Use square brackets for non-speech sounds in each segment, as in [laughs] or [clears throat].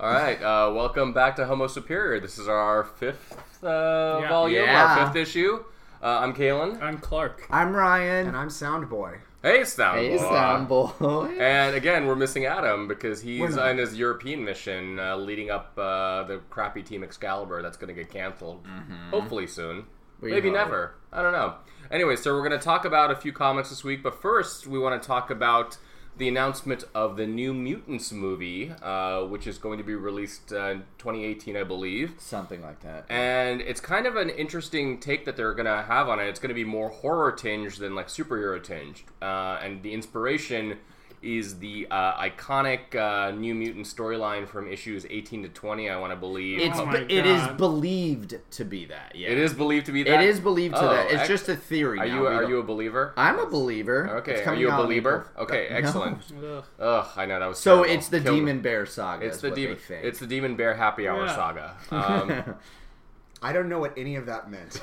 All right, uh, welcome back to Homo Superior. This is our fifth uh, Yeah. volume, our Yeah. fifth issue. Uh, I'm Kalen. I'm Clark. I'm Ryan. And I'm Sound Boy. Hey, Sound Hey, Boy. sound boy. And again, we're missing Adam because he's We're not. on his European mission uh, leading up uh, the crappy Team Excalibur that's going to get canceled hopefully soon. Mm-hmm. We Maybe hope. never. I don't know. Anyway, so we're going to talk about a few comics this week, but first we want to talk about the announcement of the New Mutants movie, uh, which is going to be released uh, in 2018, I believe. Something like that. and it's kind of an interesting take that they're gonna have on it. It's gonna be more horror tinged than like superhero tinged, uh, and the inspiration is the uh, iconic uh, New Mutant storyline from issues 18 to 20. I want to believe It's Oh my be- it is God. believed to be that. Yeah. it is believed to be It that. is believed to Oh, that. It's ex- just a theory. Are now. you We are don't- you a believer? I'm a believer. It's Okay. Are coming you a out on believer? April- Okay. No. Excellent. [laughs] Ugh. Ugh, I know that was. So terrible. it's the Killed me. Demon Bear saga. It's is the what demon. They think. It's the demon bear happy hour Yeah. saga. Um, I don't know what any of that meant.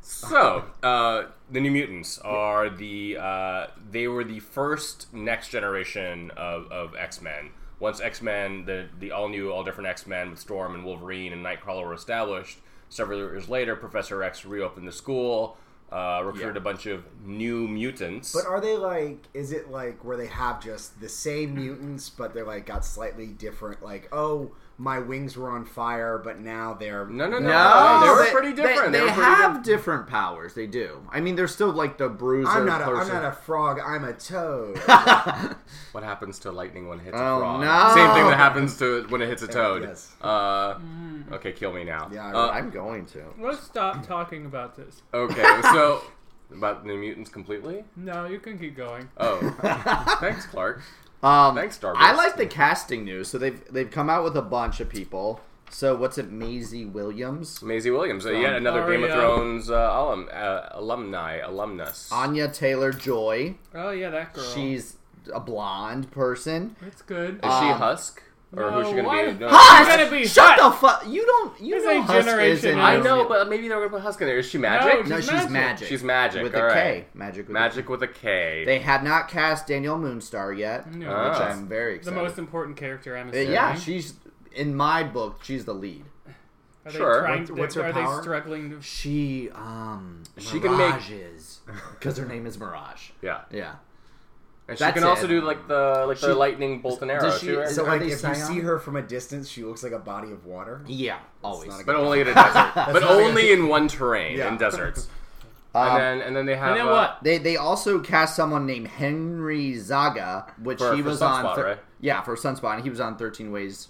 so uh, the new mutants are the uh, they were the first next generation of, of x-men once x-men the, the all new all different x-men with storm and wolverine and nightcrawler were established several years later professor x reopened the school uh, recruited Yeah. a bunch of new mutants but are they like, is it like where they have just the same mutants, but they're like got slightly different, like, oh, my wings were on fire, but now they're. no no no, [laughs] No, they were they- pretty different They, were they pretty have different powers. They do. I mean, they're still like the bruiser. I'm not, a, I'm person. not a frog, I'm [laughs] a toad. What happens to lightning when it hits a Oh, frog? no. Same thing that happens to when it hits a toad. yes. Uh, okay, kill me now. Yeah, I- Uh, I'm going to. Let's stop talking about this. Okay, so about New Mutants completely. No, you can keep going. [laughs] Oh, thanks, Clark. Um, Thanks, Starburst. I like the casting news. So they've they've come out with a bunch of people. So what's it, Maisie Williams, Maisie Williams, uh, yet another Oh, Game of yeah. Thrones uh, alum, uh, alumni, alumnus. Anya Taylor Joy? Oh yeah, that girl. She's a blonde person. That's good. is she um, Husk or no, who's she gonna why- be? No. Husk! Husk! gonna be Shut hot. the fuck! You don't. You This know ain't Husk generation isn't. now. I know, but maybe they were gonna put Husk in there. Is she magic? No, no, she's she's magic. magic. She's magic, with a K. all right. Magic. With magic with a K. A K. They had not cast Danielle Moonstar yet, No. which Ah. I'm very the excited. most important character, I'm Uh, assuming. yeah, she's in my book. She's the lead. Are they Sure. Trying, What's- what's her are power? they struggling? To, She um She can make- because her name is Mirage. [laughs] yeah, Yeah. and she That's can also it. do like the like the She- lightning bolt and arrow does she- too. right? is- so, Are like, they if you psionic? see her from a distance, she looks like a body of water. Yeah, always. not a but only in a [laughs] desert. but not a- only in one terrain Yeah. in deserts. Um, and then and then they have and then uh, what? they they also cast someone named Henry Zaga, which For- he for was Sunspot, on. right? Yeah, for Sunspot, and he was on Thirteen Ways.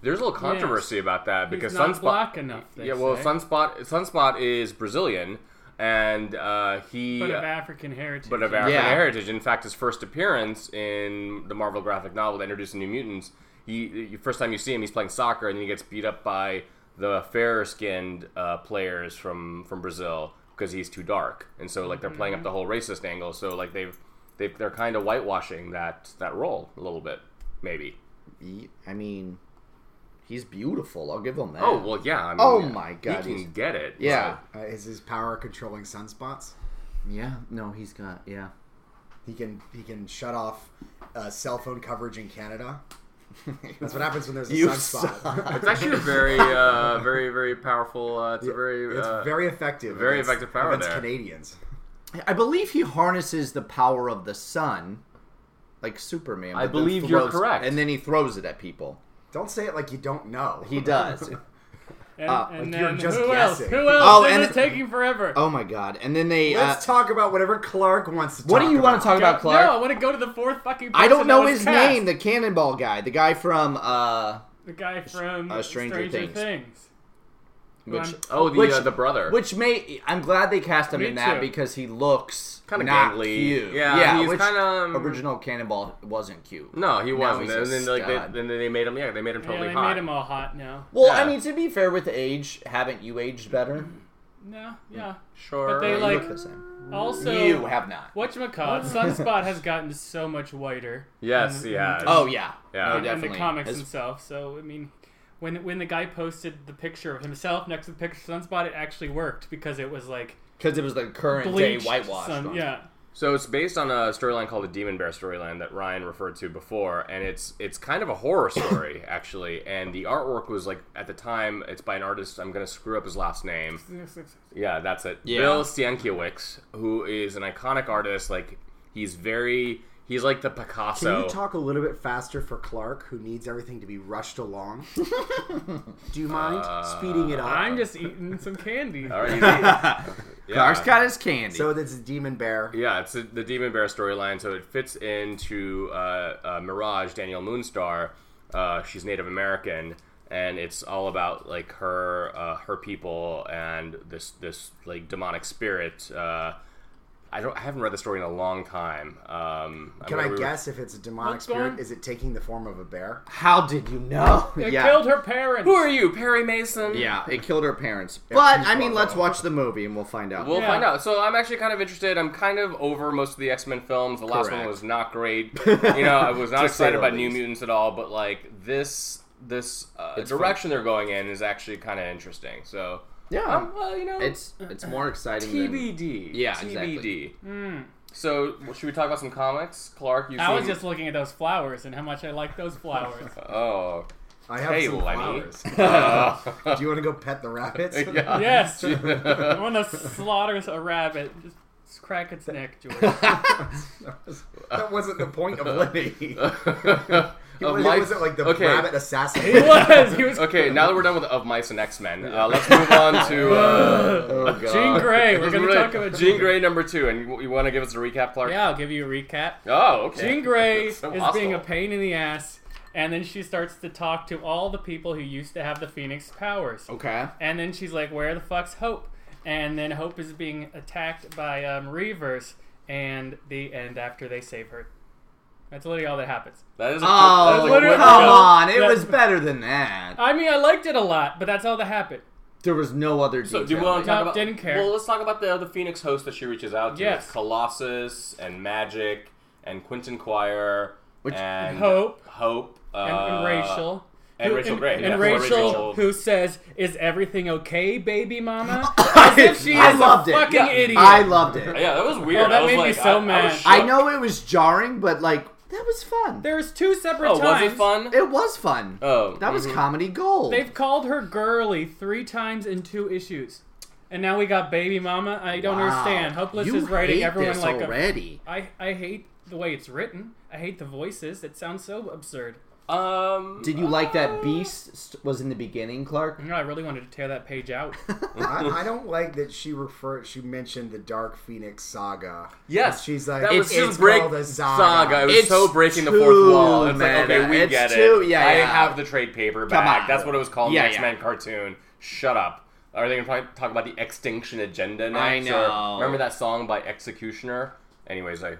There's a little controversy about that because He's not Sunspot. black enough. They yeah, well, say, Sunspot Sunspot is Brazilian, and uh, he but of African heritage. but of African Yeah. heritage. In fact, his first appearance in the Marvel graphic novel that introduced the New Mutants, he the first time you see him, he's playing soccer, and then he gets beat up by the fair-skinned uh, players from from Brazil because he's too dark, and so like they're playing Mm-hmm. up the whole racist angle. So like they've, they've they're kind of whitewashing that that role a little bit, maybe. He- I mean, he's beautiful. I'll give him that. Oh well, yeah. I mean, Oh my God, he he's- can get it. yeah, Uh, is his power controlling sunspots? yeah. No, he's got [laughs] yeah. He can he can shut off uh, cell phone coverage in Canada. That's what happens when there's a You sunspot. [laughs] It's actually a very, uh, very, very powerful. Uh, [laughs] it's a very, it's uh, very effective. very against- effective power against there. Canadians. I believe he harnesses the power of the sun, like Superman. I but then believe you're throws- correct. And then he throws it at people. Don't say it like you don't know. He does. and, uh, and like, you're then just who else? guessing. Who else? Oh, this and is it- taking forever. [laughs] oh my god! And then they. Uh, Let's talk about whatever Clark wants to. what do talk you want to talk Go- about, Clark? No, I want to go to the fourth fucking. I person don't know that was his cast. name. The Cannonball guy, the guy from uh, The guy from uh, Stranger Things. which Um, oh the which- uh, the brother. which may I'm glad they cast him Me in that too. because he looks kind Kinda of not gangly. cute. Yeah, he's which kinda, um, original Cannonball wasn't Mm, cute. no, he wasn't. he's a And then like they, stud. then they made him. Yeah, they made him totally yeah, they hot. made him all hot now. Well, Yeah. I mean, to be fair, with age, haven't you aged better? No, yeah. sure. But they, You like- look the same. Also, Hmm. you have not. Whatchamacallit, [laughs] Sunspot has gotten so much whiter. yes, in- yeah. Oh yeah, Yeah. No, And- in the definitely. comics As- himself. So I mean, when when the guy posted the picture of himself next to the picture of Sunspot, it actually worked because it was like Because it was the current bleached. day whitewash. sun- yeah, So it's based on a storyline called the Demon Bear storyline that Ryan referred to before, and it's it's kind of a horror story actually. And the artwork was like at the time, it's by an artist. I'm gonna screw up his last name. Yeah, that's it. Yeah. Bill Sienkiewicz, who is an iconic artist. Like he's very, he's like the Can Picasso. you talk a little bit faster for Clark, who needs everything to be [laughs] rushed along? Do you mind Uh, speeding it up? I'm just eating some candy. All right, he's- yeah. Clark's got his candy. so it's a demon bear. Yeah, it's a, the Demon Bear storyline, so it fits into uh, uh, Mirage, Danielle Moonstar. Uh, she's Native American, and it's all about like her uh, her people and this this like demonic spirit. Uh, I don't I haven't read the story in a long time. Um, Can mean, I we were- guess if it's a demonic What's spirit, going- is it taking the form of a bear? How did you know? It yeah. killed her parents. Who are you, Perry Mason? yeah, it killed her parents. But she's I mean, wrong, let's though. watch the movie and we'll find out. We'll Yeah. find out. So I'm actually kind of interested. I'm kind of over most of the X Men films. The last one Correct. was not great. [laughs] You know, I was not To say excited the about New least. Mutants at all. But like this, this uh, direction they're going in is actually kind of interesting. So yeah, um, well, you know, it's it's more exciting. Than, TBD. Yeah, TBD. exactly. So well, should we talk about some comics, Clark? You Hmm. I was just looking at those flowers and how much I like those flowers. [laughs] oh. [laughs] I have Hey, some Lenny. flowers. Do you want to go pet the rabbits? [laughs] Yeah. yes, I want to slaughter a rabbit. Just, just crack its neck, George. that wasn't the point of [laughs] Lenny. It Of was, my- it wasn't like the Uh, okay. rabbit assassin. [laughs] He was. He was. Okay, now that we're done with Of Mice and X Men, uh, let's move on to [laughs] uh, oh god. Jean [laughs] Grey. We're Let's going move to on. talk about Jean Grey number two, and you, you want to give us a recap, Clark? Yeah, I'll give you a recap. Oh, okay. Jean [laughs] Grey So is hostile. being a pain in the ass, and then she starts to talk to all the people who used to have the Phoenix powers. Oh. Okay. And then she's like, "Where the fuck's Hope?" And then Hope is being attacked by um, Reavers, and the end after they save her. That's literally all that happens. That is a Oh, that is a literally- quick- come no. on! It That- Uh, was better than that. I mean, I liked it a lot, but that's all that happened. There was no other. Detail. So, do you want to No, talk about? didn't care. Well, let's talk about the the Phoenix host that she reaches out to. Yes. Colossus and Magic and Quentin Choir Which- and Hope Hope uh, and, and Rachel. and who- Rachel Gray, And, yeah, and poor Rachel, Rachel. who says, Is everything okay, baby mama? [laughs] As if she I is loved a it. fucking Yeah. idiot. I loved it. Yeah, that was weird. Oh, I that was made me like, so I- I was mad. shook. I know it was jarring, but like that was fun. There's two separate Oh, was times. it fun? It was fun. Uh, Oh, that was mm-hmm. mhm. comedy gold. They've called her girly three times in two issues. And now we got baby mama. I don't Wow. understand. Hopeless Ah, You is writing hate everyone this like a. already. I, I hate the way it's written. I hate the voices. It sounds so absurd. Um, Did you like that Beast st- was in the beginning, Clark? You know, I really wanted to tear that page out. I, [laughs] I don't like that she referred. She mentioned the Dark Phoenix saga. Yes, she's like, that was it's, just it's break called a saga. It saga. was It's so breaking the too fourth wall. It's like, meta. okay, we It's get too- it. yeah, I yeah. have the trade paper Come back. on. That's what it was called Yeah, in the yeah. X-Men cartoon. Shut up. Are they going to talk about the Extinction Agenda next? I or- know. remember that song by Executioner? Anyways, I, I,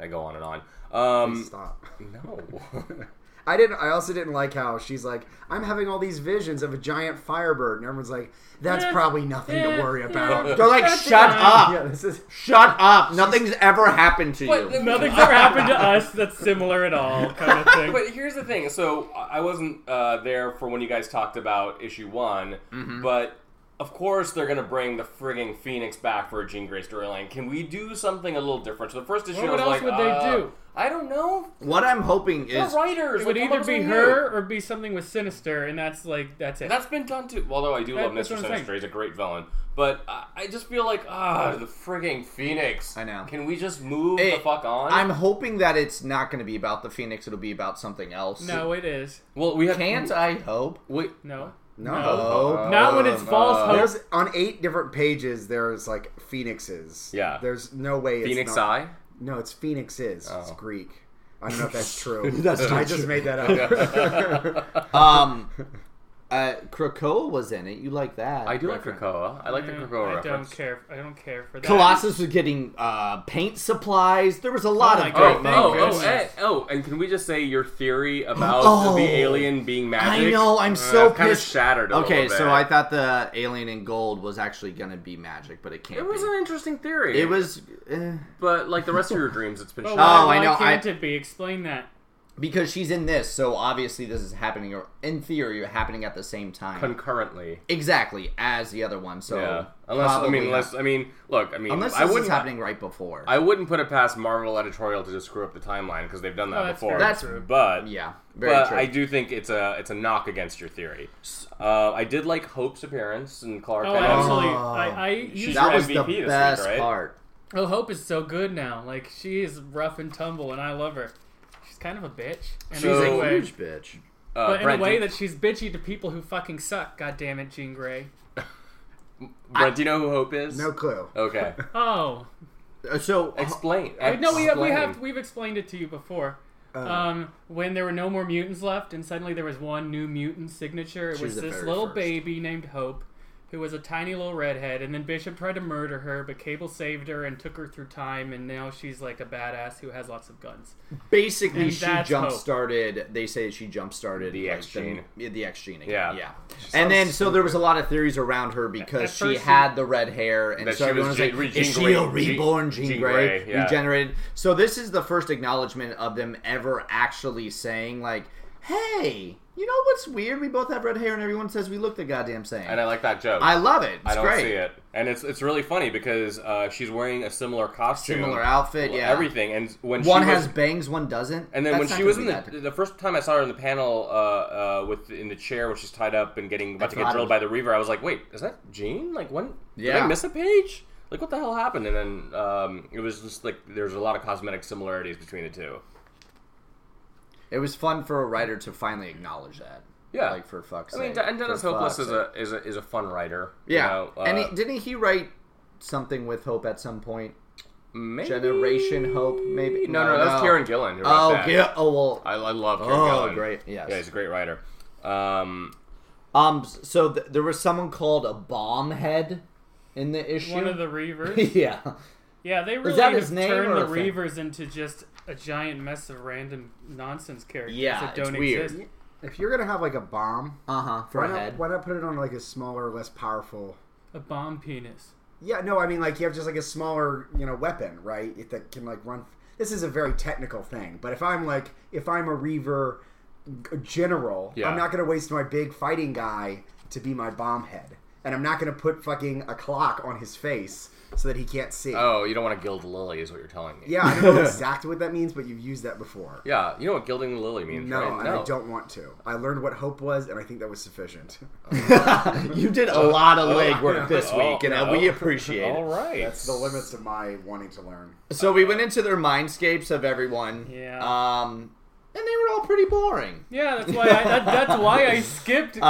I go on and on. Um, Stop. [laughs] no. [laughs] I didn't. I also didn't like how she's like, I'm having all these visions of a giant firebird, and everyone's like, that's Eh, Yeah, probably [laughs] nothing yeah, to worry yeah. about. [laughs] They're like, That's shut fine. up, Yeah, this is. shut up. Nothing's ever happened to But you. Nothing's ever happened to us that's similar at all, [laughs] kind of thing. But here's the thing. So I I wasn't uh, there for when you guys talked about issue one, Mm-hmm. but of course they're gonna bring the frigging Phoenix back for a Jean Grey storyline. Can we do something a little different? So the first issue, I Well, what was else like, would they uh, do? I don't know. What I'm hoping The is writers It would like, either what be else do we do? her or be something with Sinister, and that's like, that's it. That's been done too. Although I do That- love that's Mr. what I'm saying. Sinister, he's a great villain. But I, I just feel like ah, the frigging Phoenix. I know. Can we just move It- the fuck on? I'm hoping that it's not going to be about the Phoenix. It'll be about something else. no, it is. well, we have Can't I hope? Wait, No. No. Oh, Not when it's um, false uh, hope. There's on eight different pages. There's like phoenixes. Yeah. There's no way. Phoenix it's [laughs] not, Eye. [laughs] No, it's phoenixes. It's Oh. Greek. I don't know if that's [laughs] true. That's I not just true. made that up. [laughs] Um, uh, Krakoa was in it. You like that? I do like reference. Krakoa. I like the Krakoa I reference. don't care. I don't care for that. Colossus was getting uh, paint supplies. There was a lot Oh of my great Oh, God. things. oh, Goodness. oh, and, oh, and can we just say your theory about Oh. the alien being magic? I know. I'm Uh, so it's kinda pissed. shattered. A okay, little bit. so I thought the alien in gold was actually going to be magic, but it can't. it was an Be. interesting theory. It was. eh. but like the rest of your dreams, it's been But shattered. why, Oh, I why know, I- Can't it be? Explain that. because she's in this, so obviously this is happening, or in theory, happening at the same time. concurrently. exactly as the other one. So yeah, unless I Oh, probably mean, unless I mean, look, I mean, unless I this is wouldn't happening right before. I wouldn't put it past Marvel editorial to just screw up the timeline because they've done that Oh, that's before. very That's- true. but yeah, very but true. I do think it's a it's a knock against your theory. Uh, I did like Hope's appearance and Clark. Uh, Oh, I know- absolutely. Oh. I, I She's usually, your that was MVP this the week, best right? part. oh, Hope is so good now. Like she is rough and tumble, and I love her. She's kind of a bitch. She's In She's So- a a way. huge bitch. Uh, but in Brent, a way do, that she's bitchy to people who fucking suck. God damn it, Jean Grey. Brent, do you know who Hope is? No clue. [laughs] Okay, Oh, Uh, So explain. no, we have, we Explain. have we've explained it to you before. Oh. um, when there were no more mutants left, and suddenly there was one new mutant signature. It She was was the this very little first. baby named Hope, who was a tiny little redhead. And then Bishop tried to murder her, but Cable saved her and took her through time. And now she's like a badass who has lots of guns. basically, And she that's jump hope. started. They say she jump started The X the, gene. yeah, the X gene. Again. Yeah. Yeah, yeah. And then so there was a lot of theories around her because at she first had the red hair, and That so she everyone was was, Je- like, re- "Is Jean she a Grey- reborn Jean, Jean Grey, Grey, yeah. regenerated?" So this is the first acknowledgement of them ever actually saying like, "Hey." You know what's weird? We both have red hair, and everyone says we look the goddamn same. And I like that joke. I love it. It's I don't great. see it, and it's it's really funny because uh, she's wearing a similar costume, Similar outfit, yeah. everything. And when One she was- has bangs, one doesn't. And then That's when not she gonna was be in that- the the first time I saw her in the panel uh, uh, with in the chair where she's tied up and getting about to get forgot it drilled was- by the Reaver, I was like, wait, is that Jean? Like when did I Yeah. miss a page? Like what the hell happened? And then um, it was just like there's a lot of cosmetic similarities between the two. It was fun for a writer to finally acknowledge that. Yeah. like for fuck's I sake. mean, and Dennis for Hopeless fuck's is a is a is a fun writer. sake. yeah. you know, and uh, he, didn't he write something with Hope at some point? maybe- Generation Hope, maybe? No, no, No, that's no. Kieran Gillen. Who wrote Oh that. yeah. Oh well. I, I love Kieran Oh, Gillen. great, yes. Yeah, he's a great writer. Um, Um. s- So th- there was someone called a bombhead in the issue. One of the Reavers. [laughs] yeah. yeah, they really that have his name turned or the a thing? Reavers into just a giant mess of random nonsense characters Yeah, that don't it's weird. exist. If you're gonna have like a bomb, Uh huh. For why a not, head. why not put it on like a smaller, less powerful? A bomb penis. Yeah, no, I mean like you have just like a smaller, you know, weapon, right? It, that can like run. This is a very technical thing, but if I'm like if I'm a Reaver g- general, Yeah. I'm not gonna waste my big fighting guy to be my bomb head, and I'm not gonna put fucking a clock on his face so that he can't see. oh, you don't want to gild Lily, is what you're telling me. Yeah, [laughs] I don't know exactly what that means, but you've used that before. Yeah, you know what gilding the lily means, No, right? and I don't want to. I learned what hope was, and I think that was sufficient. [laughs] [laughs] you did a lot of oh, legwork yeah. this Oh, week, and uh, no. Oh, we appreciate [laughs] it. All right. That's the limits of my wanting to learn. So we went into their mindscapes of everyone. Yeah. Um, and they were all pretty boring. Yeah, that's why I, that, that's why [laughs] I skipped Uh,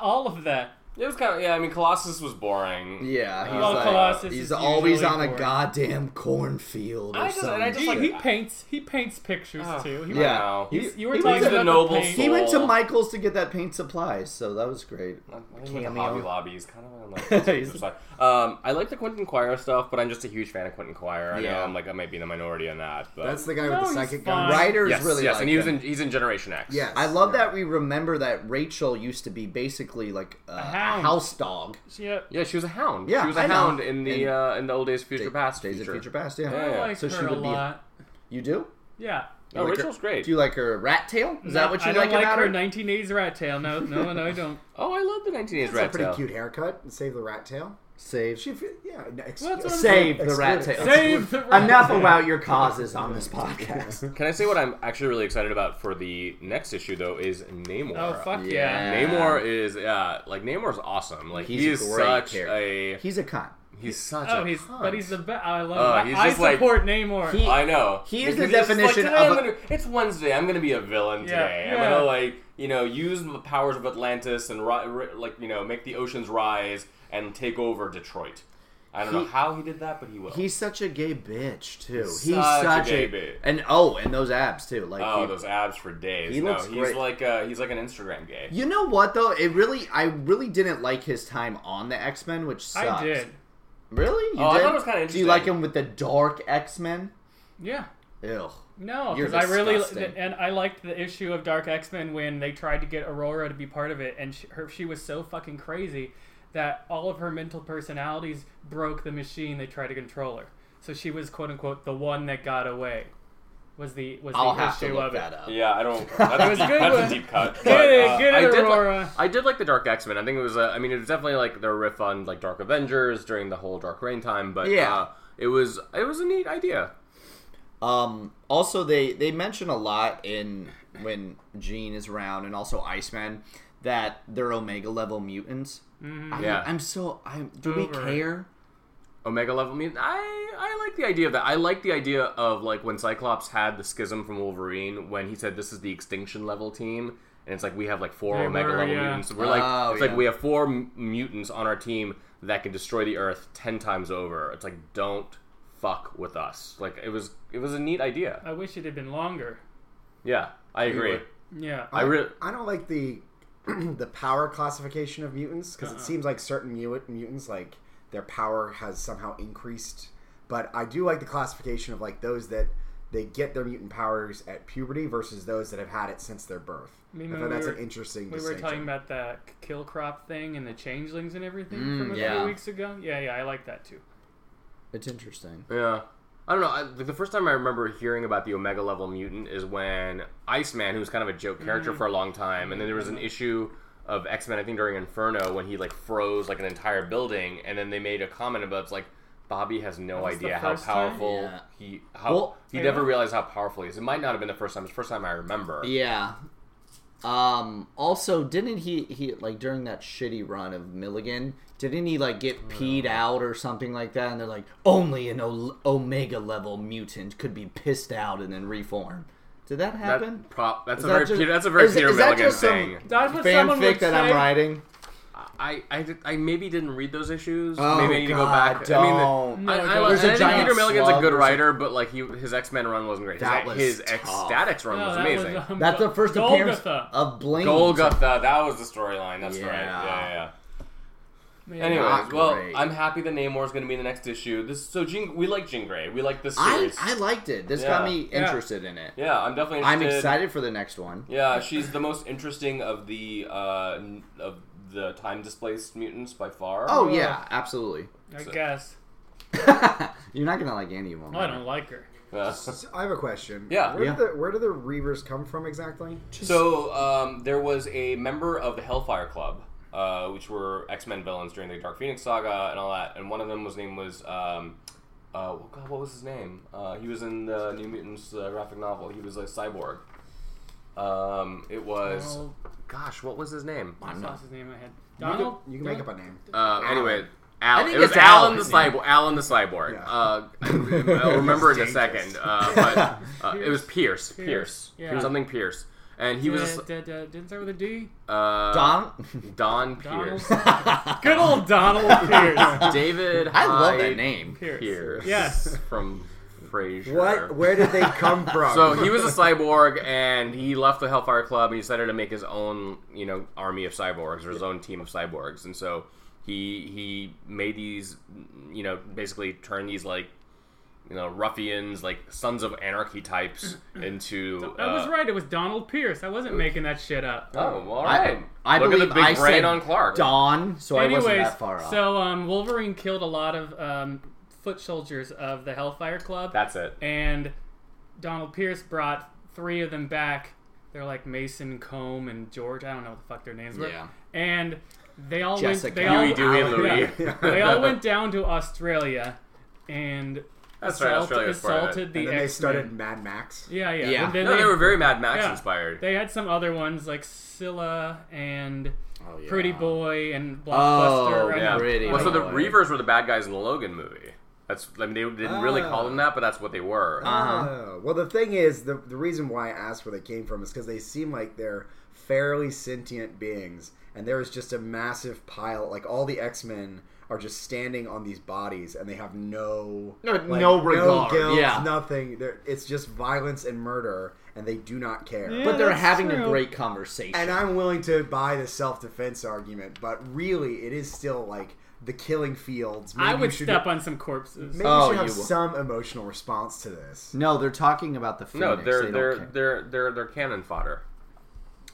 all of that. It was kind of yeah. I mean, Colossus was boring. Yeah, he's Well, like Colossus is he's always usually on a boring. goddamn cornfield or I just- and something. I just He, like- he paints. He paints pictures Ah, too. He yeah. know. He- You were he talking went to, about noble the paint. he went to soul. Michael's to get that paint supplies, so that was great. I think with the Cameo. Hobby Lobby is kind of I'm [laughs] like, it's just like- um, I like the Quentin Quire stuff, but I'm just a huge fan of Quentin Quire. I know Yeah. I'm like I might be in the minority on that, but That's the guy No, with the he's psychic fine. gun. Right. Writers yes, really yes, like and he was him. in he's in Generation X. Yes. I love Yeah. that we remember that Rachel used to be basically like a, a hound. house dog. Yeah. yeah, she was a hound. Yeah, she was a I know. hound in the And- uh, in the old days, future past, Days feature. of Future Past, yeah. Yeah. I like So her she a would be- lot. You do? Yeah. Oh, Like her- Rachel's great. Do you like her rat tail? Is that what you I don't like about her? her? 1980s rat tail. No, no, no, I [laughs] don't. oh, I love the 1980s That's a rat pretty tail. cute haircut. Save the rat tail. Save. She, yeah, no, ex- Well, that's what I'm Save the rat Excluded. tail. Save the rat Enough tail. about your causes on this podcast. Can I say what I'm actually really excited about for the next issue though? Is Namor. Oh fuck yeah. Yeah. Namor is yeah, like Namor's awesome. [laughs] Like He's he a is great such character. a He's a con. he's such Oh, a he's cunt. but he's the best. I love. Oh, Uh, him. he's I, I just like- support Namor. He- I know. He is Because the he's just like, definition "Today I'm of a- gonna- it's Wednesday. I'm going to be a villain Yeah, today. I'm yeah. going to like you know use the powers of Atlantis and ri- ri- like you know make the oceans rise and take over Detroit. I don't He- know how he did that, but he will. He's such a gay bitch too. He's such such, a gay a, bitch. and oh, and those abs too. Like oh, he- those abs for days. He no, looks he's great. like uh, he's like an Instagram gay. you know what though? It really, I really didn't like his time on the X Men, which I sucks. did. Really? You Oh, I did? thought it was kinda Do you like interesting. him with the dark X Men? Yeah. Ew. No, You're because I really disgusting. and I liked the issue of Dark X Men when they tried to get Aurora to be part of it, and she, her she was so fucking crazy that all of her mental personalities broke the machine they tried to control her. So she was quote unquote the one that got away. was the was I'll the have to issue look of it. that up. Yeah, I [laughs] don't. That's, was a, deep, good that's one. a deep cut. But, Get it, uh, get I it, did, Aurora. like, I did like the Dark X Men. I think it was. Uh, I mean, it was definitely like their riff on like Dark Avengers during the whole Dark Reign time. But Yeah. uh, it was it was a neat idea. Um, also, they they mention a lot in when Jean is around, and also Iceman that they're Omega level mutants. I, Yeah. I'm so. I do we Mm-hmm. Over it. care? Omega level mutant. I I like the idea of that. I like the idea of like when Cyclops had the schism from Wolverine when he said this is the extinction level team, and it's like we have like four They Omega were, level yeah. mutants. We're like Oh, it's yeah. like we have four m- mutants on our team that can destroy the Earth ten times over. It's like don't fuck with us. Like it was it was a neat idea. I wish it had been longer. Yeah, I agree. Yeah. I really I don't like the [clears throat] the power classification of mutants because Uh-uh. it seems like certain mu- mutants like their power has somehow increased. But I do like the classification of like those that they get their mutant powers at puberty versus those that have had it since their birth. I mean, I when thought we that's were- an interesting. We were distinction. talking about the k- kill crop thing and the changelings and everything Mm, from a yeah. few weeks ago. Yeah, yeah, I like that too. It's interesting. Yeah. I don't know. I, the- the first time I remember hearing about the Omega level mutant is when Iceman, who was kind of a joke character Mm. for a long time, and then there was an issue of X Men, I think during Inferno, when he like froze like an entire building, and then they made a comment about it's like Bobby has no was the idea how first time? powerful Yeah. he how Well- he Yeah. never realized how powerful he is. It might not have been the first time. It's the first time I remember. Yeah. Um. Also, didn't he he like during that shitty run of Milligan? Didn't he like get peed out or something like that? And they're like, only an o- Omega level mutant could be pissed out and then reform. Did that That happen? prop. That's a that very just- Peter, that's a very is- Peter is that Milligan just some- thing. That's what someone Fanfic would that say. I'm writing. I, I, did- I maybe didn't read those issues. Oh, maybe I need to go God, back. I don't. mean, No, the, I, I, don't. I, There's a think giant Peter Milligan's a slug good or something. writer, but like he, his X Men run wasn't great. His, That was his tough. Ecstatics run No, was that amazing. [laughs] was, um, That's the first appearance Golgotha. of Blink. Golgotha, that was the storyline. That's right. Yeah. Yeah, yeah. Man, yeah. Anyways, Not well, great. I'm happy that Namor's going to be in the next issue. This so Jean, we like Jean Grey. We like this I, series. I liked it. This got Yeah. me Yeah. interested in it. yeah, I'm definitely. I'm interested. excited for the next one. Yeah, she's the most interesting of the uh, n- of the time displaced mutants by far. Oh yeah, absolutely. [laughs] I guess. You're not gonna like any of them. Well, I don't like her. Uh, So I have a question. Yeah. Where, Yeah. Do the, where do the Reavers come from exactly? So um, there was a member of the Hellfire Club, uh, which were X Men villains during the Dark Phoenix saga and all that, and one of them was name was um, uh, oh God, what was his name? Uh, he was in the New Mutants uh, graphic novel. He was a cyborg. Um, it was Donald, gosh, what was his name? I I'm saw not. his name in my head. You can- Donald. you can make up a name. Uh, anyway, Al, I think it was it's Alan, the Alan, yeah. cyborg. Alan the cyborg. Yeah. Uh, [laughs] I'll remember in a second. Uh, but uh, it was Pierce. Pierce. Pierce, yeah. Pierce something Pierce, and he was Da- da- da- didn't start with a D. uh, Don. Don Donald. Pierce. [laughs] Good old Donald [laughs] Pierce. David. I Hyde love that name. Pierce. Pierce. Yes. From Frasier. What? Where did they come from? So he was a cyborg, and he left the Hellfire Club, and he decided to make his own, you know, army of cyborgs or his own team of cyborgs. And so he he made these, you know, basically turn these like, you know, ruffians, like sons of anarchy [clears throat] types, into. I was uh, right. It was Donald Pierce. I wasn't making that shit up. Oh, well, all I, right. I Look believe at the big I brain said on Clark. Don, so I wasn't Anyways, that far off. so um, Wolverine killed a lot of um, foot soldiers of the Hellfire Club, That's it. and Donald Pierce brought three of them back. They're like Mason, Combe, and George. I don't know what the fuck their names were. Yeah. And they all Jessica. went. They Huey, all, Dewey, and Louie. [laughs] yeah. they all went down to Australia, and That's right, assault, Australia was part of it. assaulted the and then they X-Men. started Mad Max. Yeah, yeah. Yeah. And then No, they, they were very Mad Max yeah. inspired. they had some other ones like Scylla and Oh, yeah. Pretty Boy and Blockbuster. Oh, right? Yeah. Pretty well, so the boy. Reavers were the bad guys in the Logan movie. That's I mean, they didn't really Ah. call them that, but that's what they were. Uh-huh. Oh, well, the thing is, the, the reason why I asked where they came from is because they seem like they're fairly sentient beings, and there is just a massive pile. Like all the X Men are just standing on these bodies, and they have no No- like, no regard, guilt, yeah. nothing. They're, it's just violence and murder, and they do not care. Yeah. but they're that's having a true. great conversation. And I'm willing to buy the self defense argument, but really, it is still like the killing fields. Maybe I you would should, step on some corpses. Maybe Oh, you should have you will. some emotional response to this. no, they're talking about the Phoenix. no, they're they they're, don't care. they're they're they're cannon fodder.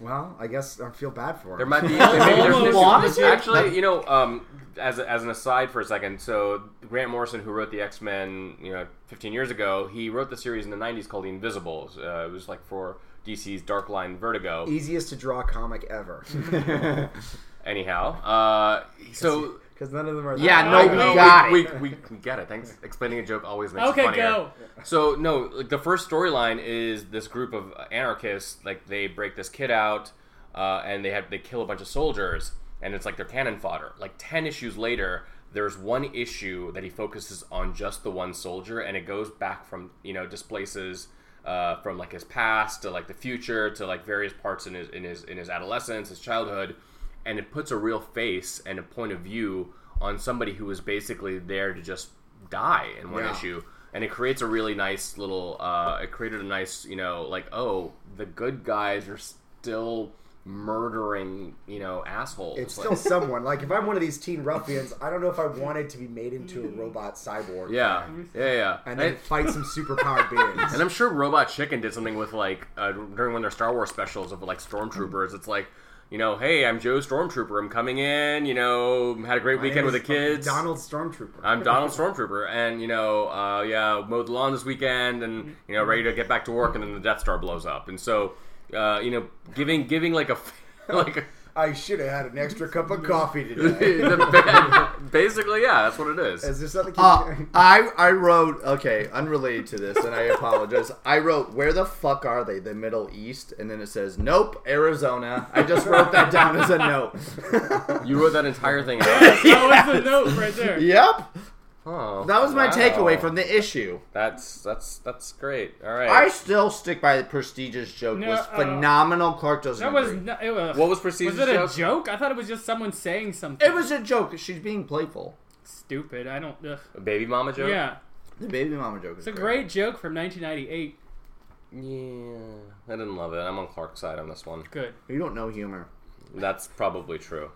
Well, I guess I feel bad for him. There [laughs] might be. there may be- there- Almost. there- Well, honestly- actually, you know, um, as, a- as an aside for a second, so Grant Morrison, who wrote the X Men, you know, 15 years ago, he wrote the series in the 90s called The Invisibles. Uh, it was like for DC's Dark Line Vertigo. easiest to draw comic [laughs] ever. [laughs] Anyhow, uh, [laughs] so because none of them are. Yeah, that- no, I we know. got we, it. We, we, we get it. Thanks. Explaining a joke always makes it Okay, funnier. [laughs] go. So no, like the first storyline is this group of anarchists. Like they break this kid out, uh, and they have they kill a bunch of soldiers, and it's like their cannon fodder. Like ten issues later, there's one issue that he focuses on just the one soldier, and it goes back from you know displaces. Uh, from like his past to like the future to like various parts in his in his in his adolescence, his childhood, and it puts a real face and a point of view on somebody who was basically there to just die in one Yeah. issue and it creates a really nice little uh, it created a nice you know like oh the good guys are still murdering you know assholes It's Like, still someone. Like if I'm one of these teen ruffians, I don't know if I wanted to be made into a robot cyborg. yeah yeah yeah And then fight some superpowered [laughs] beings. And I'm sure Robot Chicken did something with like uh, during one of their Star Wars specials of like stormtroopers. It's like, you know, hey, I'm Joe Stormtrooper. I'm coming in. You know, had a great weekend with the kids. Donald Stormtrooper. I'm Donald Stormtrooper, and you know, uh, yeah, mowed the lawn this weekend, and you know, ready to get back to work, and then the Death Star blows up, and so, uh, you know, giving giving like a [laughs] like a, I should have had an extra cup of coffee [laughs] today. the- basically, yeah, that's what it is. Is there something? Ah, [laughs] Uh, [laughs] I I wrote okay, unrelated to this, and I apologize. I wrote where the fuck are they? The Middle East, and then it says nope, Arizona. I just wrote that down as a note. [laughs] You wrote that entire thing. Out. That was the note right [laughs] there. yep, Oh, that was my wow. takeaway from the issue. That's that's that's great. All I right. still stick by the prestigious joke No, was uh, phenomenal. Clark doesn't. That was, agree. no, it was. what was perceived? was it a joke? I thought it was just someone saying something. It was a joke. She's being playful. stupid. I don't. Ugh. baby mama joke? Yeah, The baby mama joke. Is it's a great joke from 1998. Yeah. I didn't love it. I'm on Clark's side on this one. Good. You don't know humor. That's probably true.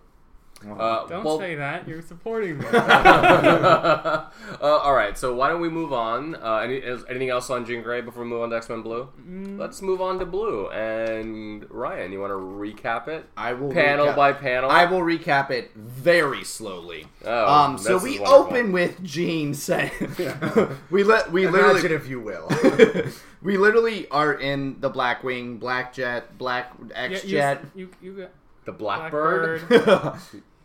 Well, Uh, Don't well- say that. You're supporting me. [laughs] uh, all right, so why don't we move on? Uh, any, is, anything else on Jean Grey before we move on to X Men Blue? Let's move on to Blue. And Ryan, you want to recap it? I will Panel recap- by panel. I will recap it very slowly. Oh, um, so this is we wonderful. open with Gene [laughs] saying, [laughs] "We let we Imagine literally if you will. [laughs] we literally are in the Blackwing, Blackjet, Black Yeah, X you- Jet." You, you, got the Blackbird. Blackbird. [laughs]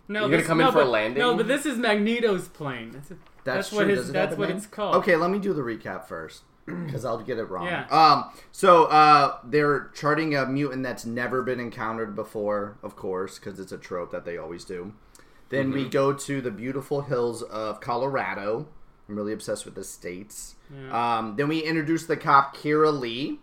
No, You gonna this- come no, in for a but- landing? No, but this is Magneto's plane. That's, that's true. what Does his. it That's have a what name? it's called. Okay, let me do the recap first [clears throat] because I'll get it wrong. Yeah. Um. So uh, they're charting a mutant that's never been encountered before, of course, because it's a trope that they always do. Then we Mm-hmm. go to the beautiful hills of Colorado. I'm really obsessed with the states. Um, then we introduce the cop Kira Lee,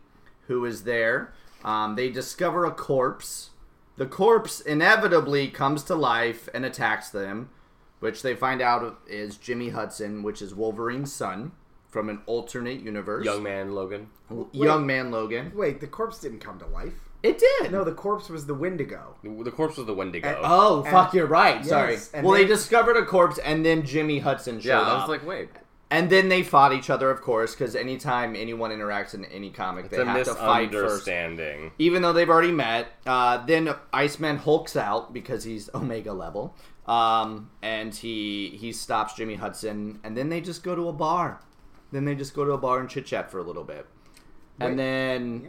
who is there. Um, they discover a corpse. The corpse inevitably comes to life and attacks them, which they find out is Jimmy Hudson, which is Wolverine's son from an alternate universe. Young man Logan. Young man Logan. Wait, the corpse didn't come to life. It did. No, the corpse was the Wendigo. The the corpse was the Wendigo. Oh, fuck, And- you're right. Yes, Sorry. and Well, they, they- discovered a corpse, and then Jimmy Hudson showed yeah, I up. was like, wait. and then they fought each other, of course, because anytime anyone interacts in any comic, It's they a have to fight first. misunderstanding. Even though they've already met, uh, then Iceman hulks out because he's [laughs] Omega level, um, and he he stops Jimmy Hudson, and then they just go to a bar. Then they just go to a bar and chit chat for a little bit, Wait. and then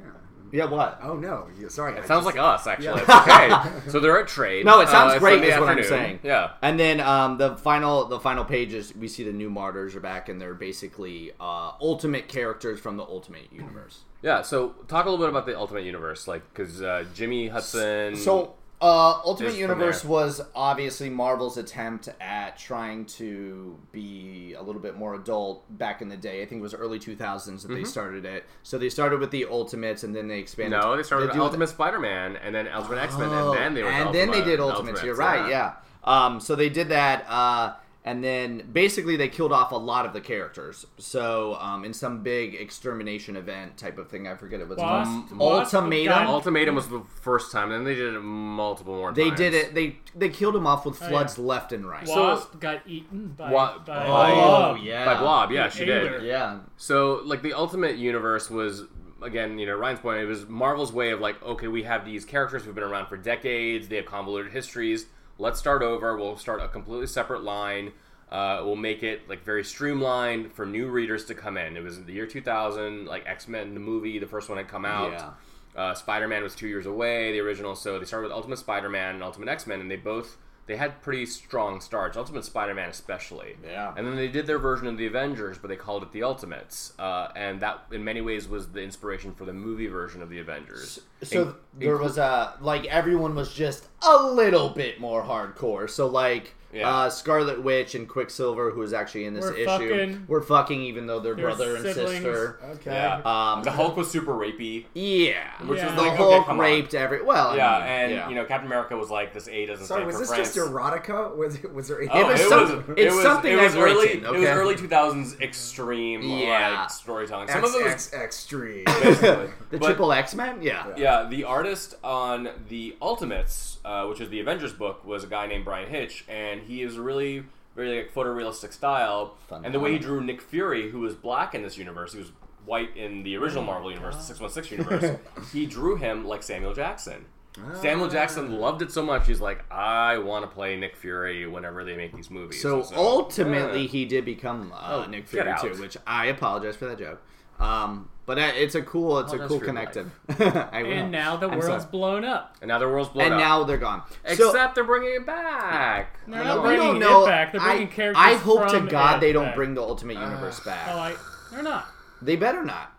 Yeah. yeah, what? Oh no. Yeah, Sorry. It sounds like us, actually. It's [laughs] okay. So they're at trade. No, it sounds Uh, it's great, Sunday is what I'm afternoon. saying. Yeah. And then um, the final the final page is we see the new martyrs are back and they're basically uh, ultimate characters from the ultimate universe. Yeah, so talk a little bit about the Ultimate Universe, like because uh, Jimmy Hudson. So uh, ultimate Just from universe there. was obviously Marvel's attempt at trying to be a little bit more adult back in the day. I think it was early 2000s Mm-hmm. that they started it. So they started with the Ultimates and then they expanded. no, they started with do- Ultimate Spider-Man, and then Ultimate X-Men, Oh, and then they were and the then they Ultimate- did the Ultimates. You're Ultimates, right, yeah. Um, so they did that, uh, and then basically they killed off a lot of the characters. So um, in some big extermination event type of thing, I forget it was Wasp- um, Wasp ultimatum. got- Ultimatum was the first time, then they did it multiple more they times. did it. They they killed him off with yeah. floods left and right. Wasp got eaten by. Wa- by by- oh Blob. yeah, by Blob. Yeah, she Ailer. did. yeah. So like the Ultimate Universe was again, you know, Ryan's point, it was Marvel's way of like, okay, we have these characters who've been around for decades. They have convoluted histories. Let's start over. We'll start a completely separate line. Uh, we'll make it like very streamlined for new readers to come in. It was the year 2000, like X Men, the movie, the first one had come out. Yeah. Uh, Spider Man was two years away, the original. So they started with Ultimate Spider Man and Ultimate X Men, and they both they had pretty strong starts. Ultimate Spider Man, especially. Yeah. And then they did their version of the Avengers, but they called it the Ultimates, uh, and that in many ways was the inspiration for the movie version of the Avengers. So In- there was a like everyone was just a little bit more hardcore. So like Yeah. uh, Scarlet Witch and Quicksilver, who is actually in this We're issue, fucking- were fucking even though they're They were brother and siblings. sister. Okay. yeah. Um, the Hulk was super rapey. yeah, Which the was like, okay, Hulk come on. raped every well. I Yeah, mean, and yeah. you know Captain America was like, "This A doesn't Sorry, stand was for this France." just erotica? Was it was there? Oh, was it some- was. it's it was, something It was I've early. written, It was okay? early 2000s extreme Yeah. like storytelling. Some of it was X, [laughs] X, extreme. basically. [laughs] the but- triple X Men. Yeah. Yeah, the artist on the Ultimates, uh, which is the Avengers book, was a guy named Brian Hitch, and he is really very like photorealistic style. Fun and the way he time. drew Nick Fury, who was black in this universe, he was white in the original Marvel universe, Oh. the six one six universe. he drew him like Samuel Jackson. Ah. Samuel Jackson loved it so much. He's like, I want to play Nick Fury whenever they make these movies. So And ultimately, Yeah. he did become uh, Oh, Nick get Fury out. too, which I apologize for that joke. Um, but that- it's a cool, it's a Apologize cool for your connection. [laughs] I will. And now the I'm world's sorry. blown up. and now the world's blown and up. now they're gone. Except so, they're bringing it back. They're No, not we bringing don't it know. back. They're I, bringing characters. I hope to from God it they don't back. bring the Ultimate Uh, Universe back. Oh, I, they're not. they better not.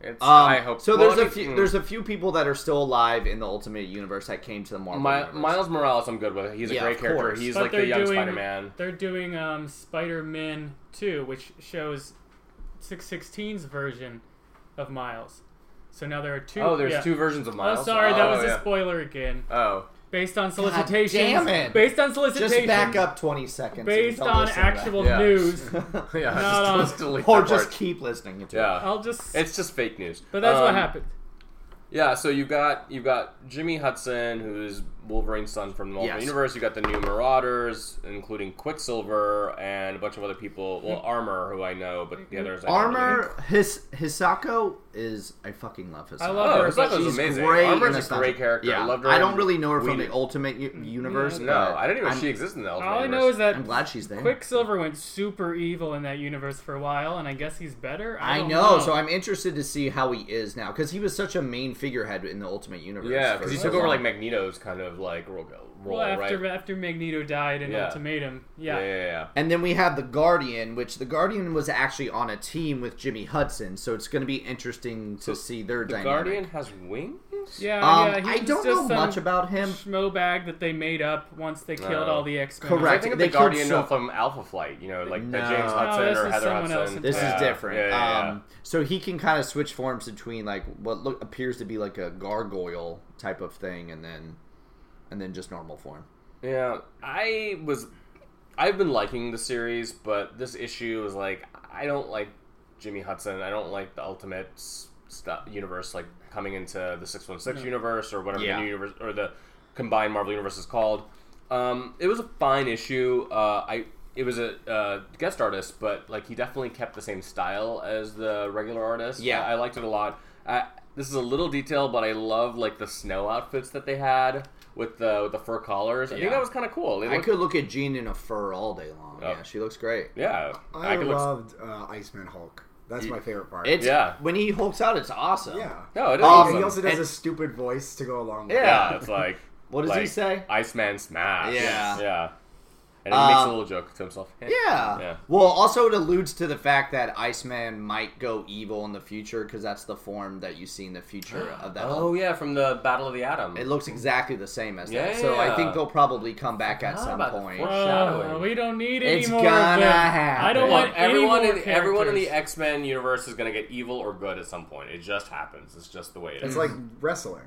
It's, Um, I hope so. well, There's I a mean, few. mm. There's a few people that are still alive in the Ultimate Universe that came to the Marvel. My, universe. Miles Morales, I'm good with. He's a Yeah, great of character. course. He's But like they're the young doing- Spider-Man. They're doing um, Spider-Man 2, which shows 616's version of Miles. So now there are two. Oh, there's yeah. two versions of Miles. Oh, sorry, that Oh, was yeah. a spoiler again. [laughs] Oh, Based on solicitation. damn it. Based on solicitation. Just back up 20 seconds. and Based don't on listen to that. actual Yeah. news. [laughs] yeah. Not on- just, delete or that just part. keep listening to it. yeah. I'll just. It's just fake news. Oh. but that's what Um, happened. Yeah. So you got you got Jimmy Hudson, who's Wolverine's son from the Marvel Yes. Universe. You got the new Marauders, including Quicksilver and a bunch of other people. Well, Armor, who I know, but the others. I don't really- Mm-hmm. Armor his Hisako is I fucking love Hisako. I love Oh, her, but Hisako's She's amazing. great. Armor's in a Astonishing- great character. Yeah. I loved her. I don't in- really know her we from the didn't- Ultimate U- Universe. No, but I didn't even know I'm- she existed in the Ultimate All I Universe. know is that I'm glad she's there. Quicksilver went super evil in that universe for a while, and I guess he's better. I, I don't know, so I'm interested to see how he is now because he was such a main figurehead in the Ultimate Universe. Yeah, for because he so took over long. like Magneto's kind of like role, role Well, after right? after Magneto died in Yeah. Ultimatum, Yeah, yeah, yeah, yeah. And then we have the Guardian, which the Guardian was actually on a team with Jimmy Hudson, so it's going to be interesting to see their The dynamic. Guardian has wings. yeah, Oh, Um, yeah, he I was don't just know some much about him. Schmo bag that they made up once they killed No. all the X Men. I Correct. think of They the Guardian killed some- from Alpha Flight. You know, like the No. James No, Hudson this or is Heather someone else Hudson. entirely. This Yeah, is different. Yeah, yeah, yeah. Um, so he can kind of switch forms between like what look, appears to be like a gargoyle type of thing, and then and then just normal form. Yeah, I was. I've been liking the series, but this issue is like I don't like Jimmy Hudson. I don't like the Ultimate stuff universe, like coming into the Six One Six universe or whatever Yeah. the new universe or the combined Marvel universe is called. Um, it was a fine issue. Uh, I it was a uh, guest artist, but like he definitely kept the same style as the regular artist. Yeah. I, I liked it a lot. I, this is a little detail, but I love like the snow outfits that they had with the with the fur collars. I Yeah. think that was kind of cool. They I looked- could look at Jean in a fur all day long. Oh. Yeah, she looks great. yeah, I, could look- loved uh, Iceman Hulk. That's my favorite part. It's Yeah. when he hulks out, it's awesome. yeah. no, it is Awesome. And He awesome. also does And- a stupid voice to go along with it. [laughs] yeah, it's like What does he like, say? Iceman smash. Yeah. yeah, and he makes a Um, little joke to himself. Yeah. Yeah. Well, also it alludes to the fact that Iceman might go evil in the future because that's the form that you see in the future of that. Oh yeah, from the Battle of the Atom. It looks exactly the same as that. So I Yeah. think they'll probably come back at Forgot some about the point. form. Oh, Foreshadowing. we don't need any It's more. of gonna them. happen. I don't Look, want everyone any more in everyone in the characters. X Men universe is going to get evil or good at some point. It just happens. It's just the way it is. It's like wrestling.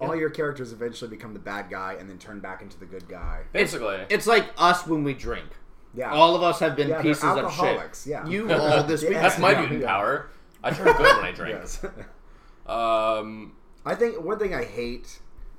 All your characters eventually become the bad guy and then turn back into the good guy. basically. It's like us when we drink. Yeah. All of us have been Yeah, they're pieces of shit. alcoholics, yeah. [laughs] You all this Yeah. week. That's my Yeah. mutant Yeah. power. [laughs] I turn good when I drink. Yes. Um, I think one thing I hate